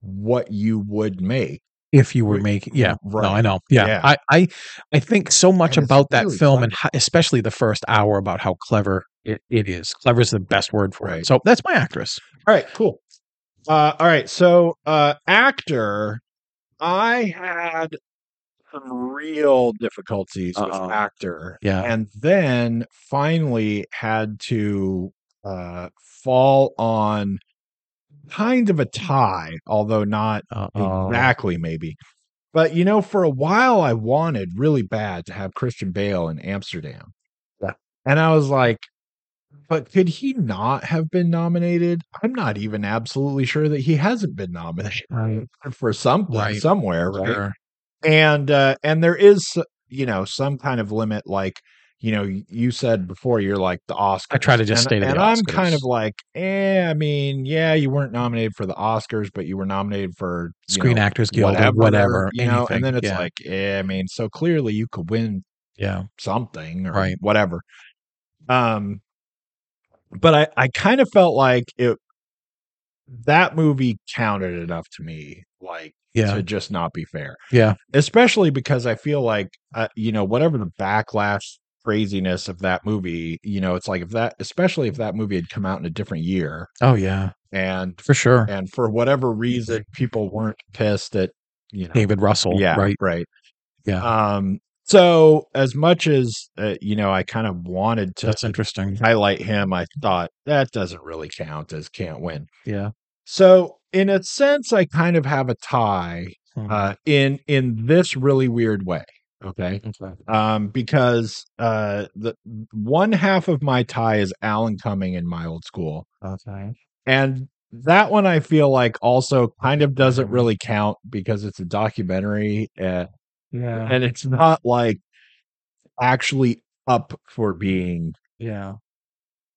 what you would make
if you were
Wait,
making yeah no i
right.
know yeah,
Yeah.
I, I i think so much
And it's
about that
really
film
clever.
and how, especially the first hour about how clever it, it is clever is the best word for it
Right.
so that's my actress
all right cool uh all right so uh actor i had some real difficulties
Uh-oh.
with actor
yeah
and then finally had to uh, fall on kind of a tie, although not
Uh-oh.
exactly, maybe. But you know, for a while, I wanted really bad to have Christian Bale in Amsterdam,
Yeah.
and I was like, "But could he not have been nominated?" I'm not even absolutely sure that he hasn't been nominated
Right.
for something
Right.
somewhere, right?
uh, Sure.
and uh and there is you know some kind of limit like you know y- you said before you're like the oscars
i try to just
and,
stay to the
and i'm kind of
Oscars.
like eh i mean yeah you weren't nominated for the oscars but you were nominated for you
screen
know,
actors guild or whatever
you know
anything.
and then it's
yeah.
like eh, i mean so clearly you could win
yeah
something or
Right.
whatever um but i i kind of felt like it that movie counted enough to me like
yeah
to just not be fair
yeah
especially because I feel like uh, you know whatever the backlash craziness of that movie, you know, it's like if that, especially if that movie had come out in a different year,
oh yeah
and
for sure
and for whatever reason people weren't pissed at you know,
david russell
yeah,
right
right,
Yeah.
Um, so as much as uh, you know, I kind of wanted to
that's interesting
highlight him. I thought that doesn't really count as can't win.
yeah
So in a sense, I kind of have a tie
Hmm.
uh, in in this really weird way. Okay
Okay.
um, because uh, the one half of my tie is Alan Cumming in my old school,
Okay.
and that one I feel like also kind of doesn't really count because it's a documentary uh,
Uh-huh. yeah
and it's not like actually up for being
yeah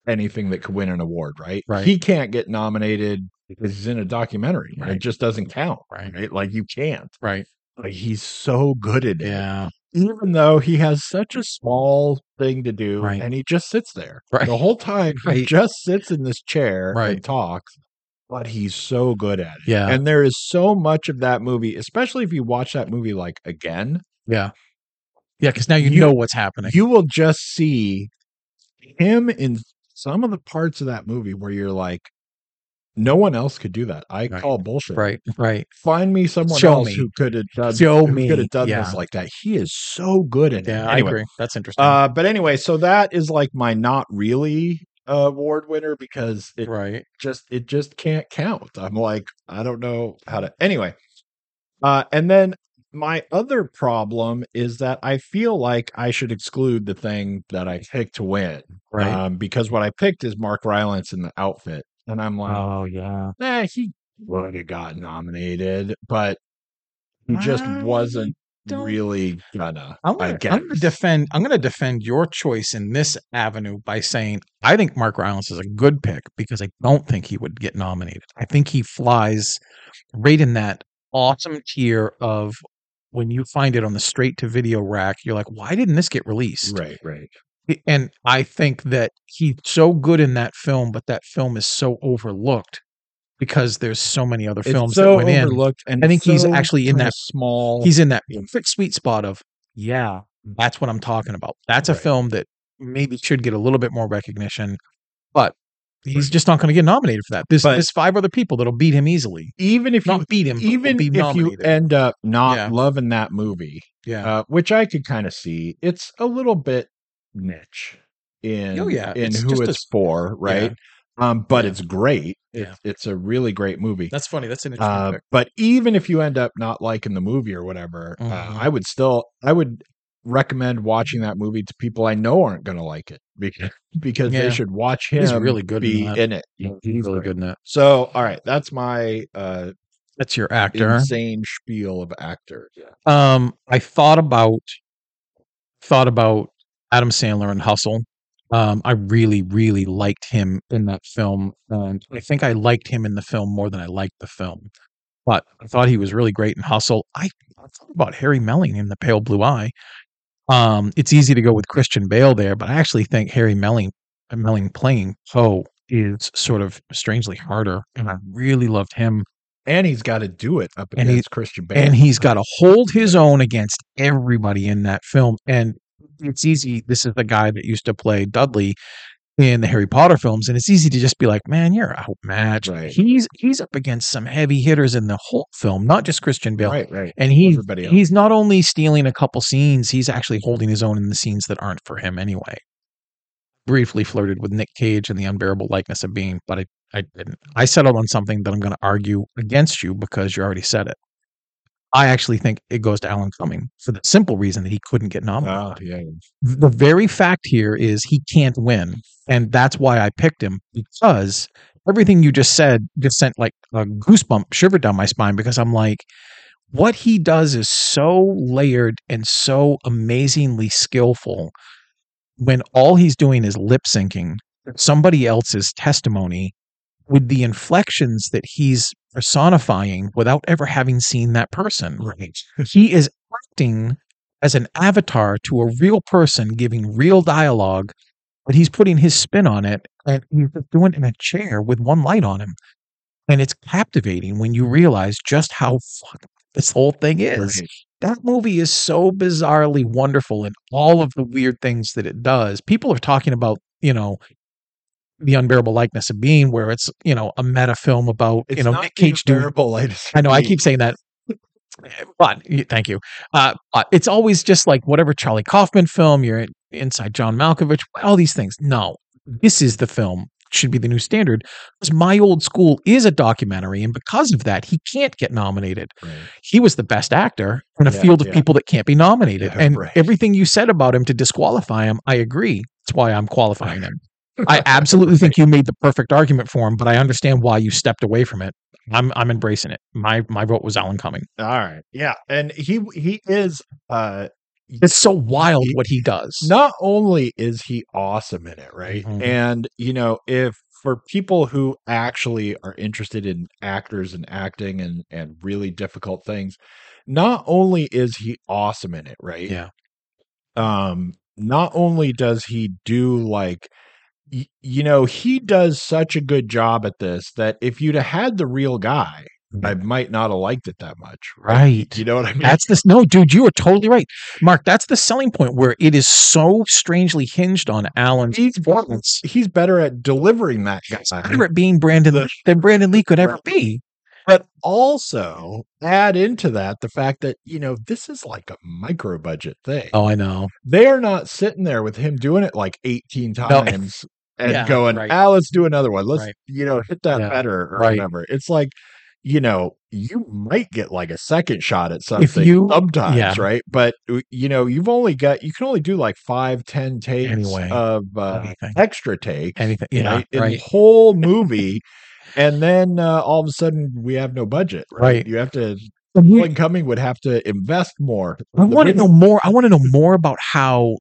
anything that could win an award, right?
Right.
He can't get nominated because he's in a documentary. and
Right.
It just doesn't count,
Right.
Like you can't.
right
Like he's so good at it.
yeah
even though he has such a small thing to do
Right.
and he just sits there
Right.
the whole time he
Right.
just sits in this chair
Right.
and talks but he's so good at it
yeah
and there is so much of that movie especially if you watch that movie like again
yeah yeah because now you,
You-
know what's happening
you will just see him in some of the parts of that movie where you're like no one else could do that i
Right.
call bullshit
right right
find me someone
Show
else
me.
who could have done
Show
who
me.
could have done
Yeah.
this like that he is so good at
Yeah,
it anyway
I agree. That's interesting.
Uh, but anyway, so that is like my not really uh, award winner because it
right.
just it just can't count. I'm like I don't know how to. Anyway, uh, and then my other problem is that I feel like I should exclude the thing that I picked to win,
Right.
um, because what I picked is Mark Rylance in the outfit, and I'm like, "Eh,
yeah.
nah, he would have got nominated, but who just
I
wasn't
don't-
really gonna.
I'm
I
gonna,
guess.
I'm gonna defend. I'm gonna defend your choice in this avenue by saying I think Mark Rylance is a good pick because I don't think he would get nominated. I think he flies right in that awesome tier of when you find it on the straight to video rack. You're like, why didn't this get released?
right, right.
And I think that he's so good in that film, but that film is so overlooked because there's so many other films
it's so
that went in.
overlooked, and
I think he's
so
actually in
kinda
that-
small.
He's in that
Yeah.
perfect sweet spot of, yeah, that's what I'm talking about. That's a
Right.
film that maybe should get a little bit more recognition, but he's just not going to get nominated for that. There's,
But-
there's five other people that'll beat him easily.
even if you
Not beat him, but will
even
be
if you
nominated.
end up not
Yeah.
loving that movie,
yeah.
uh, which I could kind of see, it's a little bit niche in
Oh, yeah,
in
it's
who
just a
it's for, right? Um, but it's great. It's it's a really great movie.
that's funny. That's an interesting
Uh,
pick.
but even if you end up not liking the movie or whatever, uh,
Mhm.
I would still I would recommend watching that movie to people I know aren't going to like it because because they
Yeah.
should watch him.
He's really good in
be
that.
in it.
He's really good in that.
So, all right, that's my uh,
That's your actor.
insane spiel of actor. Yeah.
Um, I thought about thought about Adam Sandler and Hustle. Um, I really, really liked him in that film, and I think I liked him in the film more than I liked the film. But I thought he was really great in Hustle. I, I thought about Harry Melling in The Pale Blue Eye. Um, it's easy to go with Christian Bale there, but I actually think Harry Melling, uh, Melling playing Poe is sort of strangely harder, and I really loved him
And he's got to do it up
And
against
he-
Christian Bale.
and he's got to hold his own against everybody in that film. And it's easy. This is the guy that used to play Dudley in the Harry Potter films, and it's easy to just be like, "Man, you're outmatched."
Right.
He's he's up against some heavy hitters in the whole film, not just Christian Bale.
right, right.
And he
Everybody else.
he's not only stealing a couple scenes, he's actually holding his own in the scenes that aren't for him anyway. Briefly flirted with Nick Cage and the unbearable likeness of being, but I, I didn't. I settled on something that I'm going to argue against you because you already said it. I actually think it goes to Alan Cumming for the simple reason that he couldn't get nominated
Oh, yeah.
the very fact here is he can't win and that's why i picked him because everything you just said just sent like a goosebump shiver down my spine because i'm like what he does is so layered and so amazingly skillful when all he's doing is lip syncing somebody else's testimony with the inflections that he's personifying without ever having seen that person
Right.
he is acting as an avatar to a real person giving real dialogue, but he's putting his spin on it and he's just doing it in a chair with one light on him. And it's captivating when you realize just how fucked this whole thing is.
Right.
That movie is so bizarrely wonderful in all of the weird things that it does. People are talking about, you know, the unbearable likeness of being, where it's, you know, a meta film about,
It's
you know,
not
Nick Cage doing
terrible.
I know I keep saying that, but y- thank you. Uh, uh, it's always just like whatever Charlie Kaufman film you're in, inside John Malkovich, all these things. No, this is the film should be the new standard because my old school is a documentary, and because of that, he can't get nominated. He was the best actor in a
Yeah,
field of
yeah.
people that can't be nominated,
Yeah,
and
right.
everything you said about him to disqualify him, I agree. That's why I'm qualifying him. I absolutely think you made the perfect argument for him, but I understand why you stepped away from it. I'm I'm embracing it. My my vote was Alan Cumming.
All right. Yeah. And he he is uh
It's so wild
He-
what he does.
not only is he awesome in it, right?
Mhm.
And you know, if for people who actually are interested in actors and acting and and really difficult things, not only is he awesome in it, right?
Yeah.
um not only does he do like y- you know he does such a good job at this that if you'd have had the real guy i might not have liked it that much
Mm-hmm. Right.
you know what i mean
That's this. No, dude, you are totally right, Mark. That's the selling point where it is so strangely hinged on Alan's
he's
performance.
he's better at delivering that
Better
guy
at being Brandon
The-
than Brandon Lee could ever
Right.
be.
but also add into that the fact that you know this is like a micro budget thing
Oh, I know.
they are not sitting there with him doing it like 18
No.
times and
Yeah,
going,
right.
ah, let's do another one. Let's,
Right.
you know, hit that
Yeah,
better or
right.
whatever. It's like, you know, you might get like a second shot at something
you-
sometimes,
yeah.
right? But, w- you know, you've only got, you can only do like five, 10 takes
Anyway,
of uh,
Anything.
extra takes
Anything. Yeah.
right, in the
Right.
whole movie. and then uh, all of a sudden we have no budget, right?
Right.
You have to
I
Alan Cumming would have to invest more. The
want to
big-
know more. I want to know more about how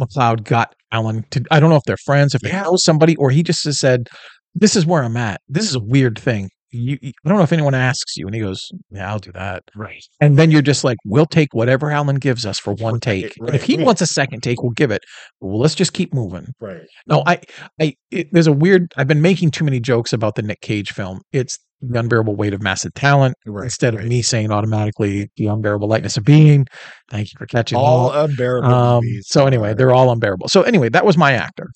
McLeod got Alan to. I don't know if they're friends, if they
Yeah.
know somebody, or he just has said, "This is where I'm at. This is a weird thing." You, you- I don't know if anyone asks you, and he goes, "Yeah, I'll do that."
Right.
And then you're just like, "We'll take whatever Alan gives us for one
Right,
take. and
right,
if he
right.
wants a second take, we'll give it. Well, let's just keep moving."
Right.
No, I, I, it, there's a weird. I've been making too many jokes about the Nick Cage film. It's the unbearable weight of massive talent.
Right.
instead
right.
of me saying automatically the unbearable lightness of being. Thank you for catching
all
all.
unbearable
Um,
movies.
so anyway, they're all unbearable. So anyway, that was my actor.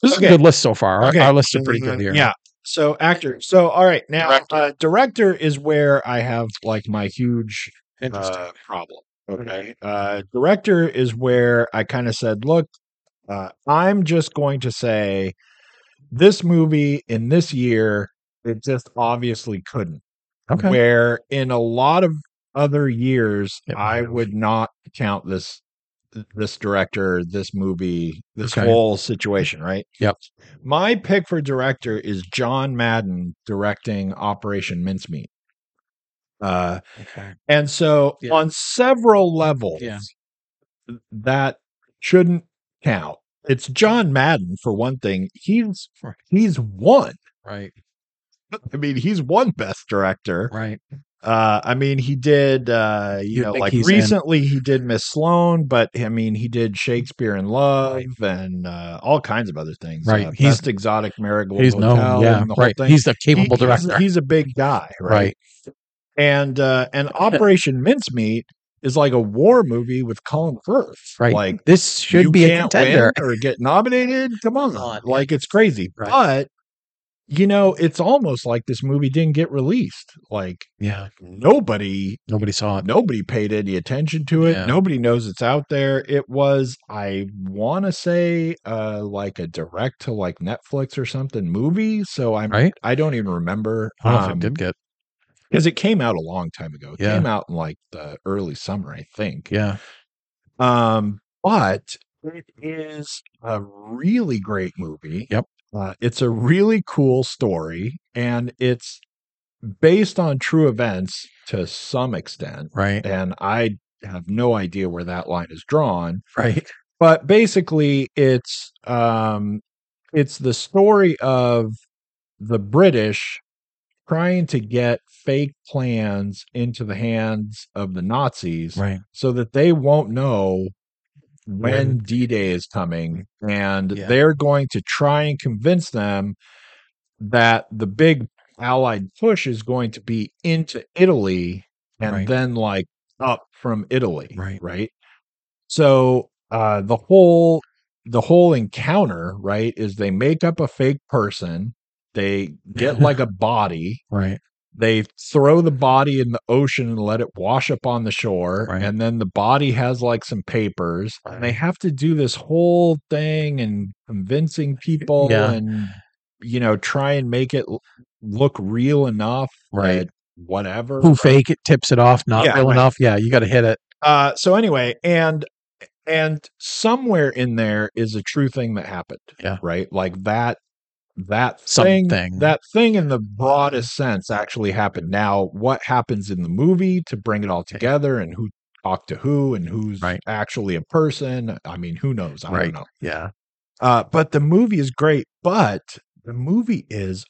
This is
Okay.
a good list so far. Our,
Okay. Mm-hmm.
our lists are pretty good here.
Yeah. So actor. So all right. Now
Director.
Uh, director is where I have like my huge
Interesting.
uh, problem. Okay. Uh, director is where I kind of said, look, uh, I'm just going to say this movie in this year, it just obviously couldn't.
okay.
Uh, Where in a lot of other years,
It
I
would've.
would not count this this director, this movie, this
Okay.
whole situation, right?
Yep.
My pick for director is John Madden directing Operation Mincemeat. Uh,
okay.
and so
Yeah.
on several levels,
Yeah.
th- that shouldn't count. It's John Madden for one thing. He's
Right.
he's won.
Right.
I mean, he's won Best Director.
Right.
Uh, I mean, he did. Uh, you
You'd
know,
think
like
he's in.
recently, he did Miss Sloan, but I mean, he did Shakespeare in Love
Right.
and uh, all kinds of other things.
Right.
Uh,
He's-
Best Exotic Marigold
He's
Hotel.
known. Yeah.
and the whole
Right.
thing.
He's the
He-
capable
he's-
director.
He's, a big guy, right?
right.
and uh and Operation Mincemeat is like a war movie with Colin Firth.
Right.
Like
this should
you
be a
can't
contender.
win or get nominated. Come on.
Come on, yeah.
Like it's crazy.
Right.
But you know, it's almost like this movie didn't get released. Like
Yeah.
nobody
Nobody saw it.
nobody paid any attention to it.
Yeah.
Nobody knows it's out there. It was, I wanna say, uh like a direct to like Netflix or something movie. So I'm
Right.
I don't even remember.
I don't know if
Um,
it did get.
because it came out a long time ago. It
Yeah.
came out in like the early summer, I think.
Yeah.
Um, but it is a really great movie.
Yep.
Uh, it's a really cool story, and it's based on true events to some extent.
Right.
And I have no idea where that line is drawn,
Right.
but basically, it's um, it's the story of the British trying to get fake plans into the hands of the Nazis
Right.
so that they won't know when
When-
D-Day is coming and
Yeah.
they're going to try and convince them that the big allied push is going to be into Italy and
Right.
then like up from Italy
Right.
right so uh the whole the whole encounter right is they make up a fake person they get like a body
Right.
they throw the body in the ocean and let it wash up on the shore
Right.
and then the body has like some papers and they
Right.
have to do this whole thing and convincing people
Yeah.
and you know try and make it l- look real enough
Right.
that whatever
Who fake it tips it off? Not
Yeah,
real
right.
enough. Yeah. You got to hit it.
uh so anyway and and somewhere in there is a true thing that happened
Yeah.
right like that that
Something.
thing that thing in the broadest sense actually happened now what happens in the movie to bring it all together and who talked to who and who's
Eh Right.
actually a person i mean who knows i
Right.
don't know
Yeah.
uh but the movie is great but the movie is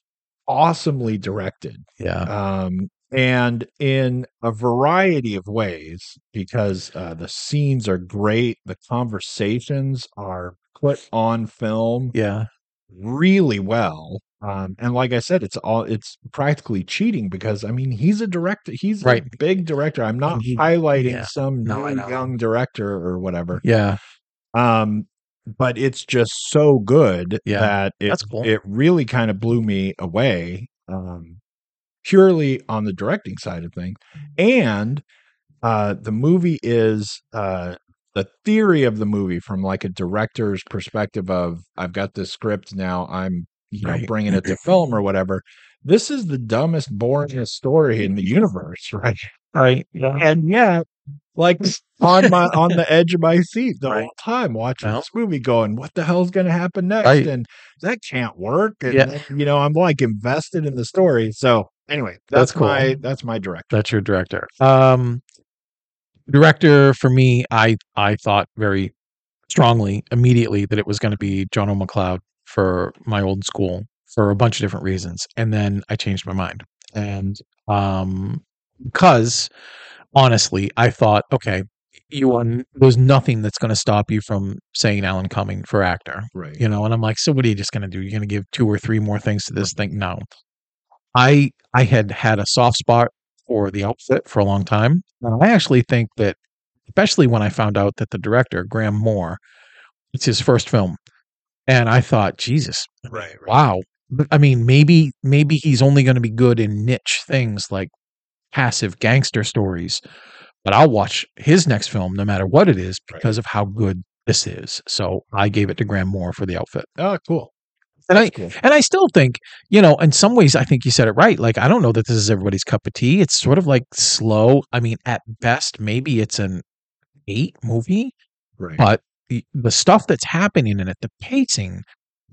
awesomely directed
Yeah.
um, and in a variety of ways because uh, the scenes are great, the conversations are put on film
Yeah.
really well. Um, and like I said, it's all it's practically cheating because I mean he's a director, he's
Right.
a big director. I'm not
He-
highlighting
yeah.
some
No, I
new
know.
young director or whatever.
Yeah.
Um, but it's just so good
Yeah,
that it,
that's cool.
it really kind of blew me away. Um, purely on the directing side of things. And uh, the movie is uh, the theory of the movie from like a director's perspective of I've got this script now, I'm you know
Right.
bringing it to film or whatever. This is the dumbest, boringest story in the universe, right?
Right. Yeah.
And yet, like on my on the edge of my seat the
Right.
whole time watching
Well.
this movie, going, "What the hell's going to happen next?"
Right.
And that can't work. And
Yeah.
then, you know, I'm like invested in the story. So Anyway,
That's
that's,
cool.
my that's my director.
That's your director. Um, director for me, I I thought very strongly immediately that it was going to be John O. McLeod for my old school for a bunch of different reasons, and then I changed my mind, and um, because honestly, I thought, okay, you are n- there's nothing that's going to stop you from saying Alan Cumming for actor,
Right.
you know and i'm like so what are you just going to do you're going to give two or three more things to this thing no i i had had a soft spot for the outfit for a long time and i actually think that especially when i found out that the director graham moore it's his first film and i thought jesus
Right.
wow But, i mean maybe maybe he's only going to be good in niche things like passive gangster stories but i'll watch his next film no matter what it is
Right.
because of how good this is so i gave it to graham moore for the outfit
Oh, cool.
and I
That's cool.
and I still think, you know, in some ways, I think you said it right. Like, I don't know that this is everybody's cup of tea. It's sort of like slow. I mean, at best, maybe it's an eight movie,
Right.
but the, the stuff that's happening in it, the pacing,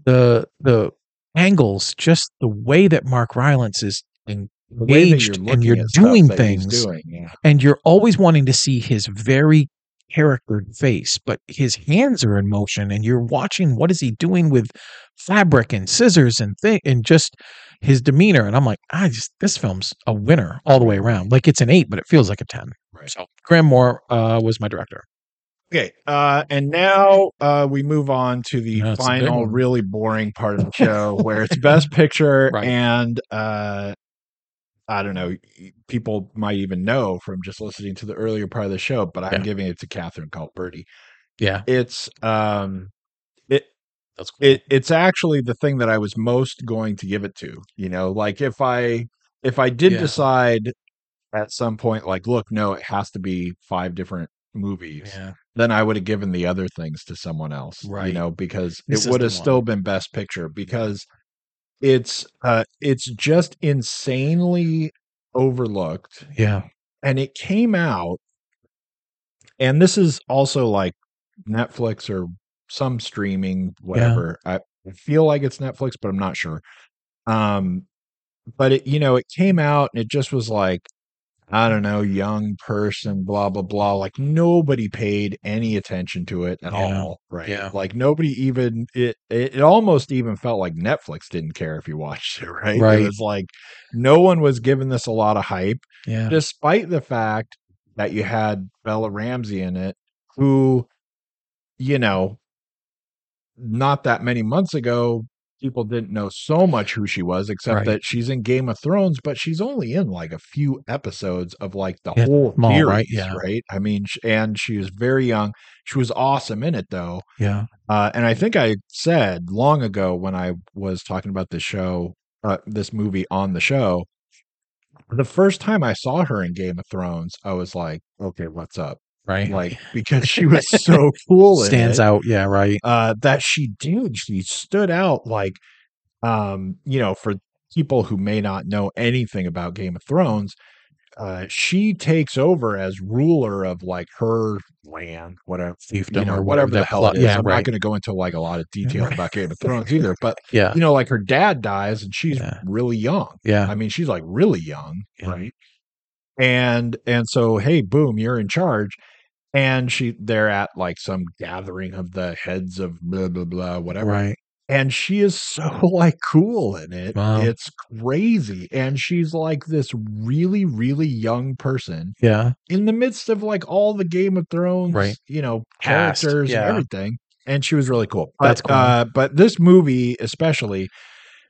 the the angles, just the way that Mark Rylance is
The way that you're
engaged and
looking
you're
at stuff
doing
that he's
things,
doing, yeah.
and you're always wanting to see his very charactered face, but his hands are in motion, and you're watching what is he doing with fabric and scissors and thing, and just his demeanor. And I'm like, I just this film's a winner all the way around. Like it's an eight, but it feels like a ten.
Right.
So Graham Moore uh, was my director.
Okay. Uh, and now uh, we move on to the
Yeah, it's a big
final,
one.
really boring part of the show where it's Best Picture.
Right.
And uh, I don't know, y- people might even know from just listening to the earlier part of the show, but I'm
Yeah.
giving it to Catherine Culberty.
Yeah,
It's um, it,
that's cool.
it it's actually the thing that I was most going to give it to. You know, like if I if I did
Yeah.
decide at some point, like, look, no, it has to be five different movies,
yeah,
then I would have given the other things to someone else.
Right.
You know, because
This is
it would
the
have
one.
still been best picture because it's uh it's just insanely overlooked
yeah,
and it came out and this is also like netflix or some streaming whatever I, I feel like it's netflix but i'm not sure um but it you know it came out and it just was like i don't know young person blah blah blah like nobody paid any attention to it at
Yeah.
all right
Yeah.
like nobody even it, it it almost even felt like netflix didn't care if you watched it right
Right.
it was like no one was giving this a lot of hype
yeah.
despite the fact that you had Bella Ramsey in it, who, you know, not that many months ago, people didn't know so much who she was, except
Right.
that she's in Game of Thrones, but she's only in like a few episodes of like the
Yeah,
whole
small,
series,
right?
right?
Yeah.
I mean, sh- and she was very young. She was awesome in it, though.
yeah,
Uh, and I think I said long ago when I was talking about this show, uh, this movie on the show, the first time I saw her in Game of Thrones, I was like, okay, what's up?
right.
Like, because she was so cool. in
stands
it,
out. Yeah, right.
Uh, that she did. She stood out like, um, you know, for people who may not know anything about Game of Thrones, uh, she takes over as ruler of like her land, whatever
Fiefdom
you know,
or
whatever the
that
hell
plot-
it is.
Yeah,
I'm
right.
not going to go into like a lot of detail
Right.
about Game of Thrones either, but
yeah,
you know, like her dad dies and she's
Yeah.
really young.
yeah,
I mean, she's like really young,
Yeah.
right? And and so, hey, boom, you're in charge. And she they're at like some gathering of the heads of blah blah blah whatever.
right.
And she is so like cool in it.
Wow.
It's crazy. And she's like this really really young person
Yeah,
in the midst of like all the Game of Thrones,
Right.
you know,
Cast,
characters
yeah.
and everything. And she was really cool. But,
That's cool.
Uh, but this movie, especially,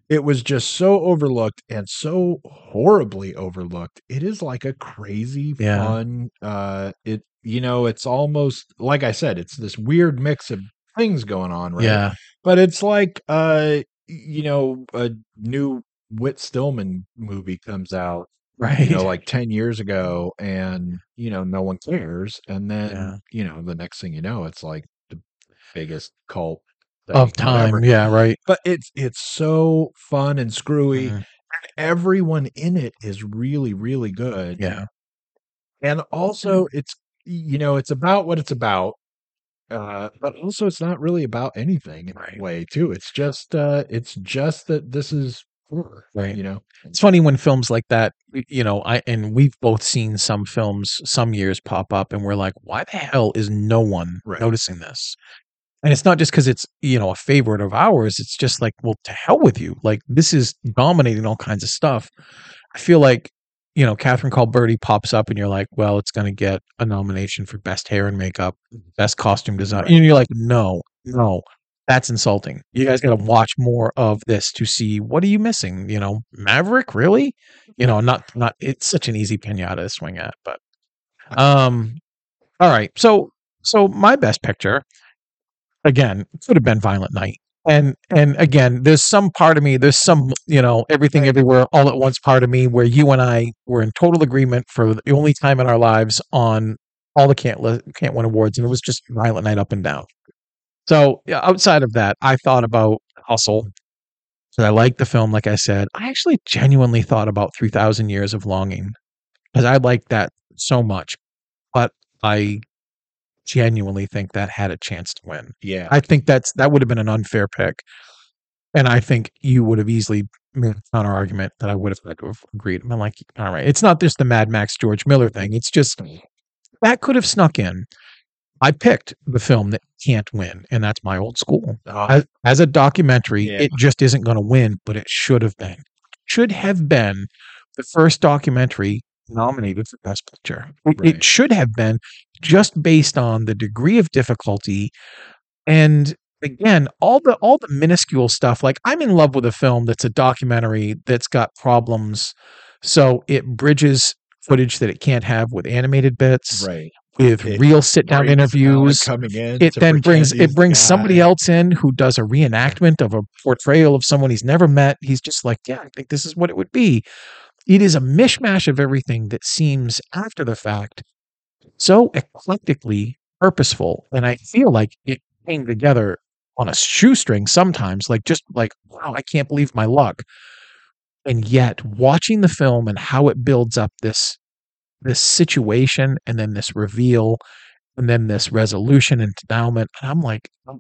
it was just so overlooked and so horribly overlooked. It is like a crazy
Yeah.
fun. Uh, it you know, it's almost like I said, it's this weird mix of things going on, right?
yeah,
But it's like uh, you know, a new Whit Stillman movie comes out
right.
you know, like 10 years ago and, you know, no one cares. And then,
Yeah.
you know, the next thing you know, it's like the biggest cult thing
of time.
ever.
Yeah, right.
But it's, it's so fun and screwy.
Mhm.
Everyone in it is really, really good.
Yeah, Mm-hmm.
And also it's, you know, it's about what it's about. Uh, but also it's not really about anything in
Right.
a way too. It's just, uh, it's just that this is
Right.
you know
It's funny when films like that, y- you know, I and we've both seen some films some years pop up and we're like, why the hell is no one
Right.
noticing this? And it's not just because it's, you know, a favorite of ours. It's just like, well, to hell with you. Like this is dominating all kinds of stuff. I feel like, you know, Catherine Colberti pops up and you're like, well, it's gonna get a nomination for best hair and makeup, best costume design.
Mm-hmm. Right.
And you're like, no, no, that's insulting. You guys got to watch more of this to see what are you missing. You know, Maverick, really? You know, not not. It's such an easy pinata to swing at, but um, all right. So so my best picture, again, could have been Violent Night, and and again, there's some part of me, there's some you know, everything everywhere all at once part of me where you and I were in total agreement for the only time in our lives on all the can't li- can't win awards, and it was just Violent Night up and down. So yeah, outside of that, I thought about Hustle. So I liked the film, like I said. I actually genuinely thought about 3,000 Years of Longing because I liked that so much. But I genuinely think that had a chance to win.
yeah
I think that's that would have been an unfair pick. And I think you would have easily made a counter argument that I would have had to have agreed. I'm like, all right, it's not just the Mad Max George Miller thing. It's just that could have snuck in. I picked the film that can't win, and that's my old school. As, as a documentary,
Oh. Yeah.
it just isn't going to win, but it should have been. Should have been the first documentary nominated for Best Picture. It-
Right.
It should have been just based on the degree of difficulty and again all the all the minuscule stuff like i'm in love with a film that's a documentary that's got problems so it bridges footage that it can't have with animated bits
right
with
It
real sit down
Brings talent
interviews
coming in
it
to
then
pretend
brings
he's
it brings
the
somebody
guy.
else in who does a reenactment of a portrayal of someone he's never met he's just like yeah i think this is what it would be it is a mishmash of everything that seems after the fact so eclectically purposeful and i feel like it came together on a shoestring sometimes like just like wow i can't believe my luck and yet watching the film and how it builds up this this situation and then this reveal and then this resolution and denouement and i'm like i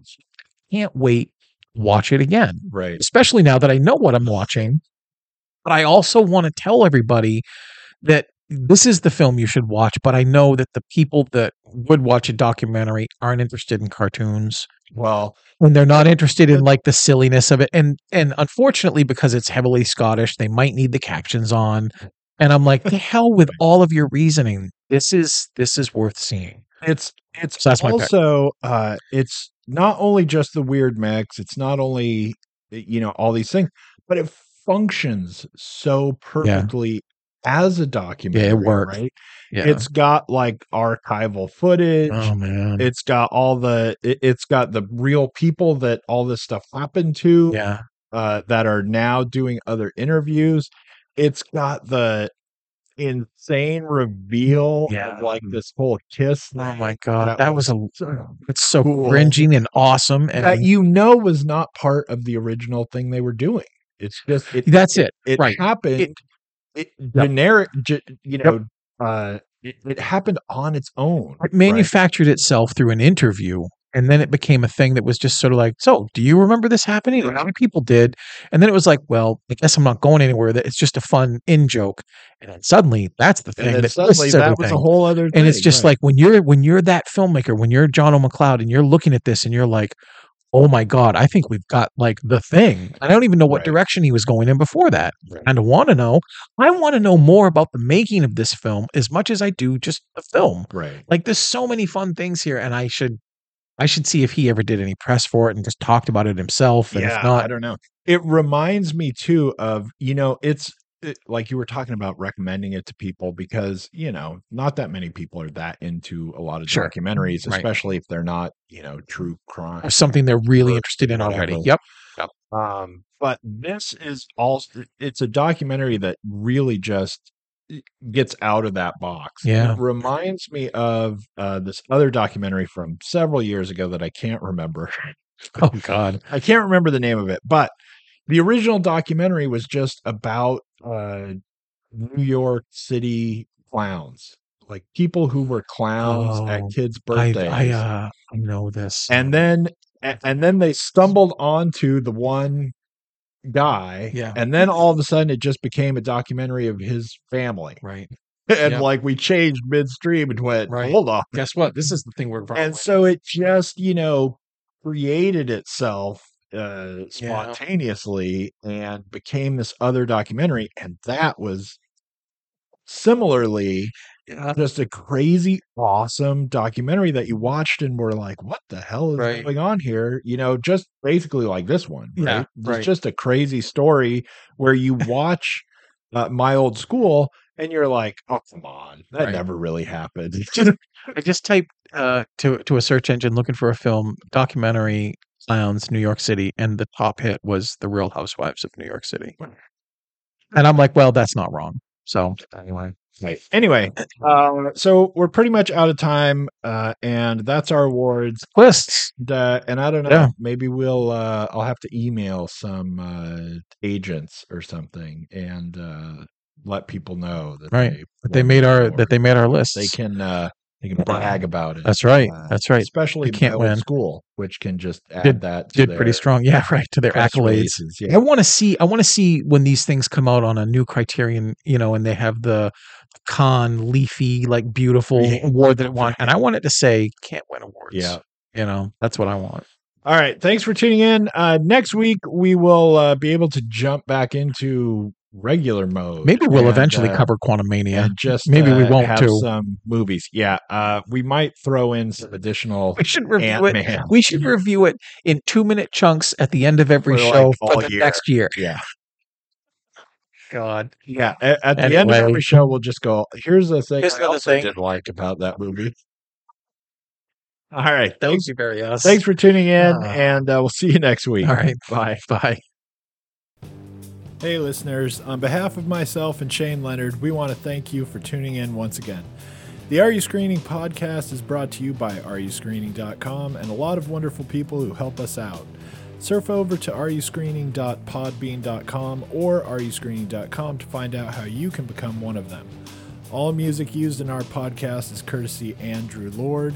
can't wait to watch it again
right
especially now that I know what I'm watching. But I also want to tell everybody that this is the film you should watch. But I know that the people that would watch a documentary aren't interested in cartoons
well
when they're not interested in like the silliness of it. And and unfortunately, because it's heavily Scottish, they might need the captions on. And I'm like, the hell with all of your reasoning. This is this is worth seeing.
it's it's
So that's my pick.
also uh it's not only just the weird max it's not only you know all these things but it functions so perfectly as a documentary
worked.
right
Yeah.
it's got like archival footage
oh man.
it's got all the it, it's got the real people that all this stuff happened to
yeah.
uh, that are now doing other interviews. It's got the insane reveal
Yeah. Hmm.
of like this whole kiss
Oh
thing
my god. That was a
so-
it's so
Cool.
cringing and awesome and
that you know was not part of the original thing they were doing. It's just it
That's it.
it
right.
happened it, generic ge- you know uh it, it happened on its own.
It
right?
manufactured itself through an interview, and then it became a thing that was just sort of like, so do you remember this happening? And other people did, and then it was like, well, I guess I'm not going anywhere. That it's just a fun in joke, and then suddenly that's the
And
thing
then
that
suddenly
lists
that was a
everything.
whole other
and it's just like when you're when you're that filmmaker, when you're John O'McLeod, and you're looking at this, and you're like. Oh my God, I think we've got like the thing. I don't even know what
Right.
direction he was going in before that.
Right.
And I want to know. I want to know more about the making of this film as much as I do just the film
right.
like there's so many fun things here and i should i should see if he ever did any press for it and just talked about it himself and if
I
not
don't know. It reminds me too of you know it's it, like you were talking about recommending it to people because you know not that many people are that into a lot of
Sure.
documentaries,
Right.
especially if they're not you know true crime.
or something they're really
Or
interested in already
whatever.
yep
Um, but this is also it's a documentary that really just eh, gets out of that box.
Yeah.
It reminds me of uh, this other documentary from several years ago that I can't remember.
oh god
I can't remember the name of it, but the original documentary was just about uh, New York City clowns, like people who were clowns at
Oh,
kids'
I,
birthdays.
I uh i know this
and then a- and then they stumbled onto the one guy.
Yeah.
And then all of a sudden it just became a documentary of his family.
Right.
and
Yeah.
like we changed midstream and went,
Right.
hold on.
Guess what? This is the thing we're
And so it just, you know, created itself uh spontaneously and became this other documentary. And that was similarly
Yeah.
just a crazy awesome documentary that you watched and were like what the hell is
Right.
going on here you know just basically like this one right?
Yeah,
it's
right.
just a crazy story where you watch uh, my old school and you're like oh come on that
Right.
never really happened
I just typed uh, to to a search engine looking for a film documentary clowns New York City, and the top hit was The Real Housewives of New York City.
Hmm.
And I'm like, well, that's not wrong. So anyway,
Right. Anyway, uh, so we're pretty much out of time, uh, and that's our awards.
lists.
And, uh, and I don't know.
Yeah.
Maybe we'll. Uh, I'll have to email some uh, agents or something and uh, let people know that
Right.
They,
That they
won
made
the
our
award.
that they made our lists.
They can. Uh, they can brag about it.
That's right.
Uh,
That's right.
Especially
You can't
my old
win.
school, which can just add that to
Did
their
pretty strong. Yeah, right. To their
press
accolades.
releases,
I
Yeah.
want to see. I want to see when these things come out on a new Criterion, you know, and they have the con leafy, like beautiful
Yeah.
award that it won. And I want it to say "Can't Win Awards."
Yeah.
you know, that's what I want.
All right. Thanks for tuning in. Uh, next week, we will uh, be able to jump back into regular mode.
Maybe we'll
and,
eventually
uh,
cover Quantum Mania.
and just
Maybe we
uh,
won't,
have
too.
some movies. Yeah, uh, we might throw in some additional
We should review
Ant
it.
Man.
We should review it in two minute chunks at the end of every
For, like,
show
all
for the
year.
next year.
Yeah,
God,
yeah. At, at the end of
Anyway.
every show, we'll just go. Here's the thing.
Here's
I
another
also
thing."
didn't like about that movie. All right.
that would
Thanks.
be very us.
Thanks for tuning in,
Uh,
and uh, we'll see you next week.
All right.
Bye.
Bye.
Hey, listeners, on behalf of myself and Shane Leonard, we want to thank you for tuning in once again. The Are You Screening podcast is brought to you by areyouscreening.com and a lot of wonderful people who help us out. Surf over to areyouscreening.podbean.com or areyouscreening.com to find out how you can become one of them. All music used in our podcast is courtesy Andrew Lord.